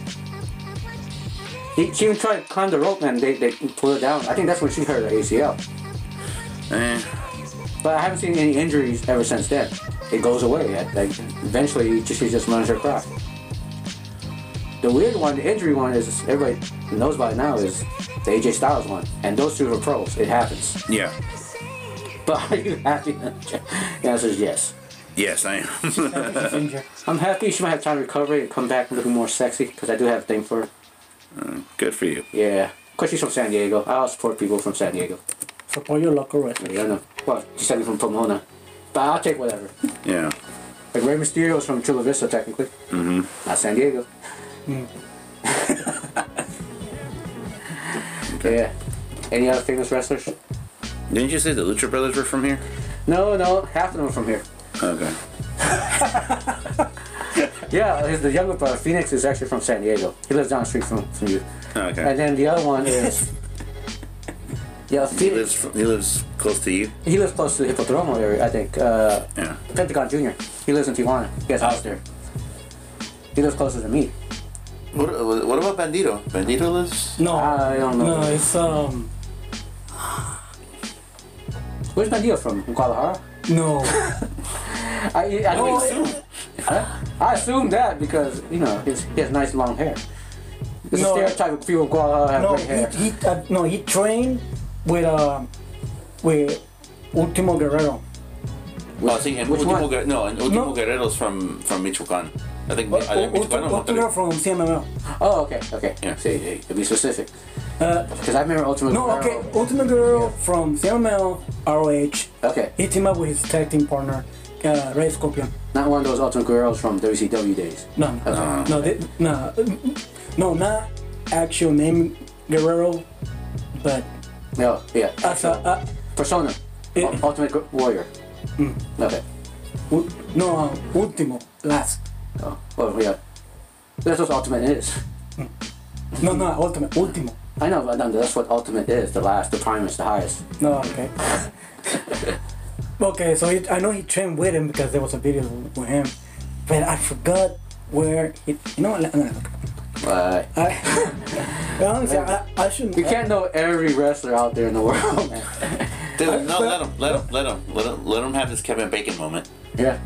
B: He, she even tried to climb the rope and they, they pulled her down. I think that's when she hurt her ACL.
A: Eh,
B: But I haven't seen any injuries ever since then. It goes away. Like eventually, she she just runs her craft. The weird one, the injury one, is everybody knows by now is the AJ Styles one, and those two are pros. It happens. (laughs)
A: yeah.
B: But are you happy? (laughs) the answer is yes.
A: Yes, I am. (laughs)
C: She's injured.
B: I'm happy. She might have time to recover and come back looking more sexy because I do have a thing for her.
A: Good for you.
B: Yeah. Because she's from San Diego. I will support people from San Diego.
C: Support your local wrestler.
B: Yeah, I know. Well, she said me from Pomona. But I'll take whatever.
A: Yeah.
B: Like Rey Mysterio's from Chula Vista, technically. Mm-hmm. Not San Diego.
A: Mm. (laughs)
B: yeah. Any other famous wrestlers?
A: Didn't you say the Lucha Brothers were from here?
B: No, no. Half of them are from here.
A: Okay.
B: Yeah, his, the younger brother, Phoenix, is actually from San Diego. He lives down the street from, from you. And
A: Okay.
B: then the other one is. Yeah,
A: He
B: Phoenix.
A: lives. fr- He lives close to you.
B: He lives close to the Hippodromo area, I think. Uh,
A: Yeah.
B: Pentagon Jr. He lives in Tijuana. He has a
A: Oh.
B: house there. He lives closer to me.
A: What, what about Bandito? Bandito lives.
C: No,
B: I don't know.
C: no, it's um,
B: Where's my deal from? From Guadalajara?
C: no.
B: I, I, I, Huh? I assume that because, you know, he's, he has nice long hair. It's
C: No.
B: a stereotype of people of Guadalajara have
C: No,
B: great hair.
C: he, he uh, no, he trained with um, with Ultimo Guerrero.
A: Oh, see, and
B: Which
A: Ultimo
B: one?
A: Guer- no, and Ultimo
C: No.
A: Guerrero's from from Michoacan. I think.
C: But
A: I think
C: Ul- Ul-
A: Michoacano wanted
C: Ultimo
A: it.
C: from CMML.
B: Oh, okay, okay.
A: Yeah.
B: See, hey, to be specific.
C: Uh,
B: Because I remember Ultimate
C: no, okay,
B: Guerrero-
C: Ultimo Guerrero from CMML ROH.
B: Okay.
C: uh, He teamed up with his tag team partner, uh, Ray Scorpion.
B: Not one of those Ultimate Girls from WCW days.
C: No, no, no, they, no, no, not actual name Guerrero, but
B: No, yeah.
C: as a, uh,
B: Persona.
C: It-
B: Ul-
C: Hmm.
B: Ultimate Warrior. Okay.
C: ul- no, uh, Ultimo, last.
B: Oh, well, yeah. That's what Ultimate is.
C: No, no, ultimate, ultimo.
B: I know, but that's what Ultimate is. The last, the primest, the highest.
C: No, okay. (laughs) okay, so he, I know he trained with him because there was a video with him, but I forgot where he. You know what? I'm gonna look.
B: But
C: I, (laughs) but honestly, I, I shouldn't.
B: you can't know every wrestler out there in the (laughs) world. oh,
A: Dude, no, let him, let him, let him, let him, let him have his Kevin Bacon moment.
B: yeah.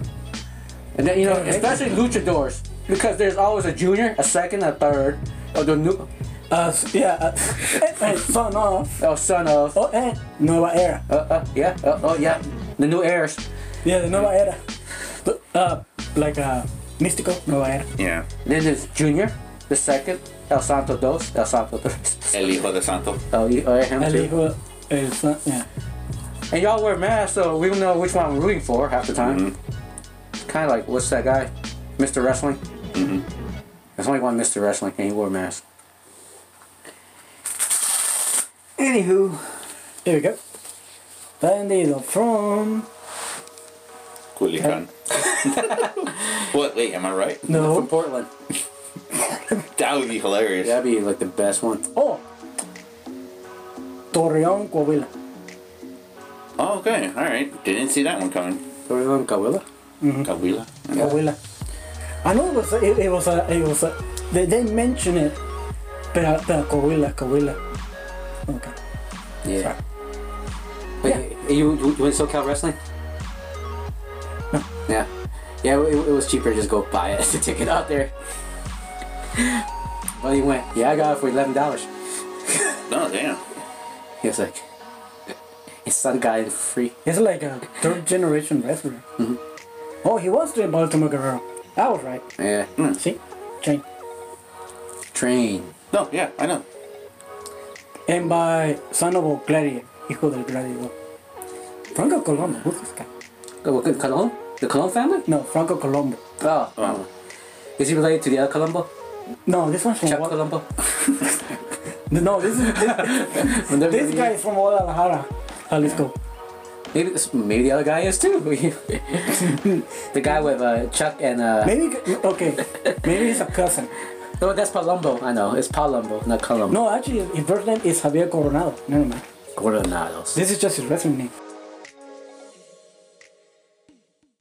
B: And then, you know,
C: Okay.
B: especially luchadors, because there's always a junior, a second, a third, or the new,
C: Uh, s- yeah. Uh, (laughs) hey, son off.
B: or son of.
C: Oh, eh. Nova era.
B: Uh, uh, yeah, uh, oh, yeah. The new heirs.
C: Yeah, the Nova era. But, uh, like uh, mystical Nova era.
A: Yeah.
B: Then there's junior, the second, El Santo Dos, (laughs) El Santo Tres.
A: El hijo de Santo.
B: Oh, you, oh, yeah, him
C: Ali,
B: too.
C: who is son, yeah.
B: And y'all wear masks, so we don't know which one I'm rooting for half the time. Kind of like, what's that guy? Mr. Wrestling? There's only one Mr. Wrestling, and he wore a mask. Anywho.
C: Here we go. Bandido from.
A: Culiacan. what? Wait, am I right?
B: From
C: No.
B: Portland.
A: That would be hilarious.
B: That'd be like the best one.
C: Oh. Torreon Coahuila.
A: Oh, okay. All right. Didn't see that one coming.
B: Torreon Coahuila?
A: Coahuila.
C: Coahuila. Ah, pues, I know it was it, it was a it was a eh, they, they mention it, but uh, but Coahuila Coahuila. Okay.
B: Yeah. Wait, You, you went SoCal Wrestling? Yeah. Yeah, it, it was cheaper to just go buy it, (laughs) to take it out there. well, he went, yeah, I got it for $11.
A: Oh, damn.
B: He was like, his son got it free.
C: He's like a third generation wrestler. Oh, he was the Baltimore Guerrero. I was right.
B: Yeah. Mm.
C: See, change.
B: Train.
A: No, yeah, I know.
C: And by son of Oclaria, hijo del gladiador. Franco Colombo. Who's this guy?
B: Oh, what, Colon? The Colon family?
C: No, Franco Colombo.
B: Oh.
A: Oh.
B: Is he related to the other Colombo?
C: No, this one's from.
B: Chuck
C: Gua- (laughs)
B: Colombo?
C: no, this is
B: From WWE?
C: this guy is from Guadalajara, Jalisco.
B: Maybe, this- maybe the other guy is too. (laughs) the guy with uh, Chuck and. Uh,
C: Maybe okay. Maybe he's a cousin.
B: No, that's Palumbo. I know. It's Palumbo, not Colombo.
C: No, actually, his first name is Javier Coronado. Never mind.
B: Coronados.
C: This is just his wrestling name.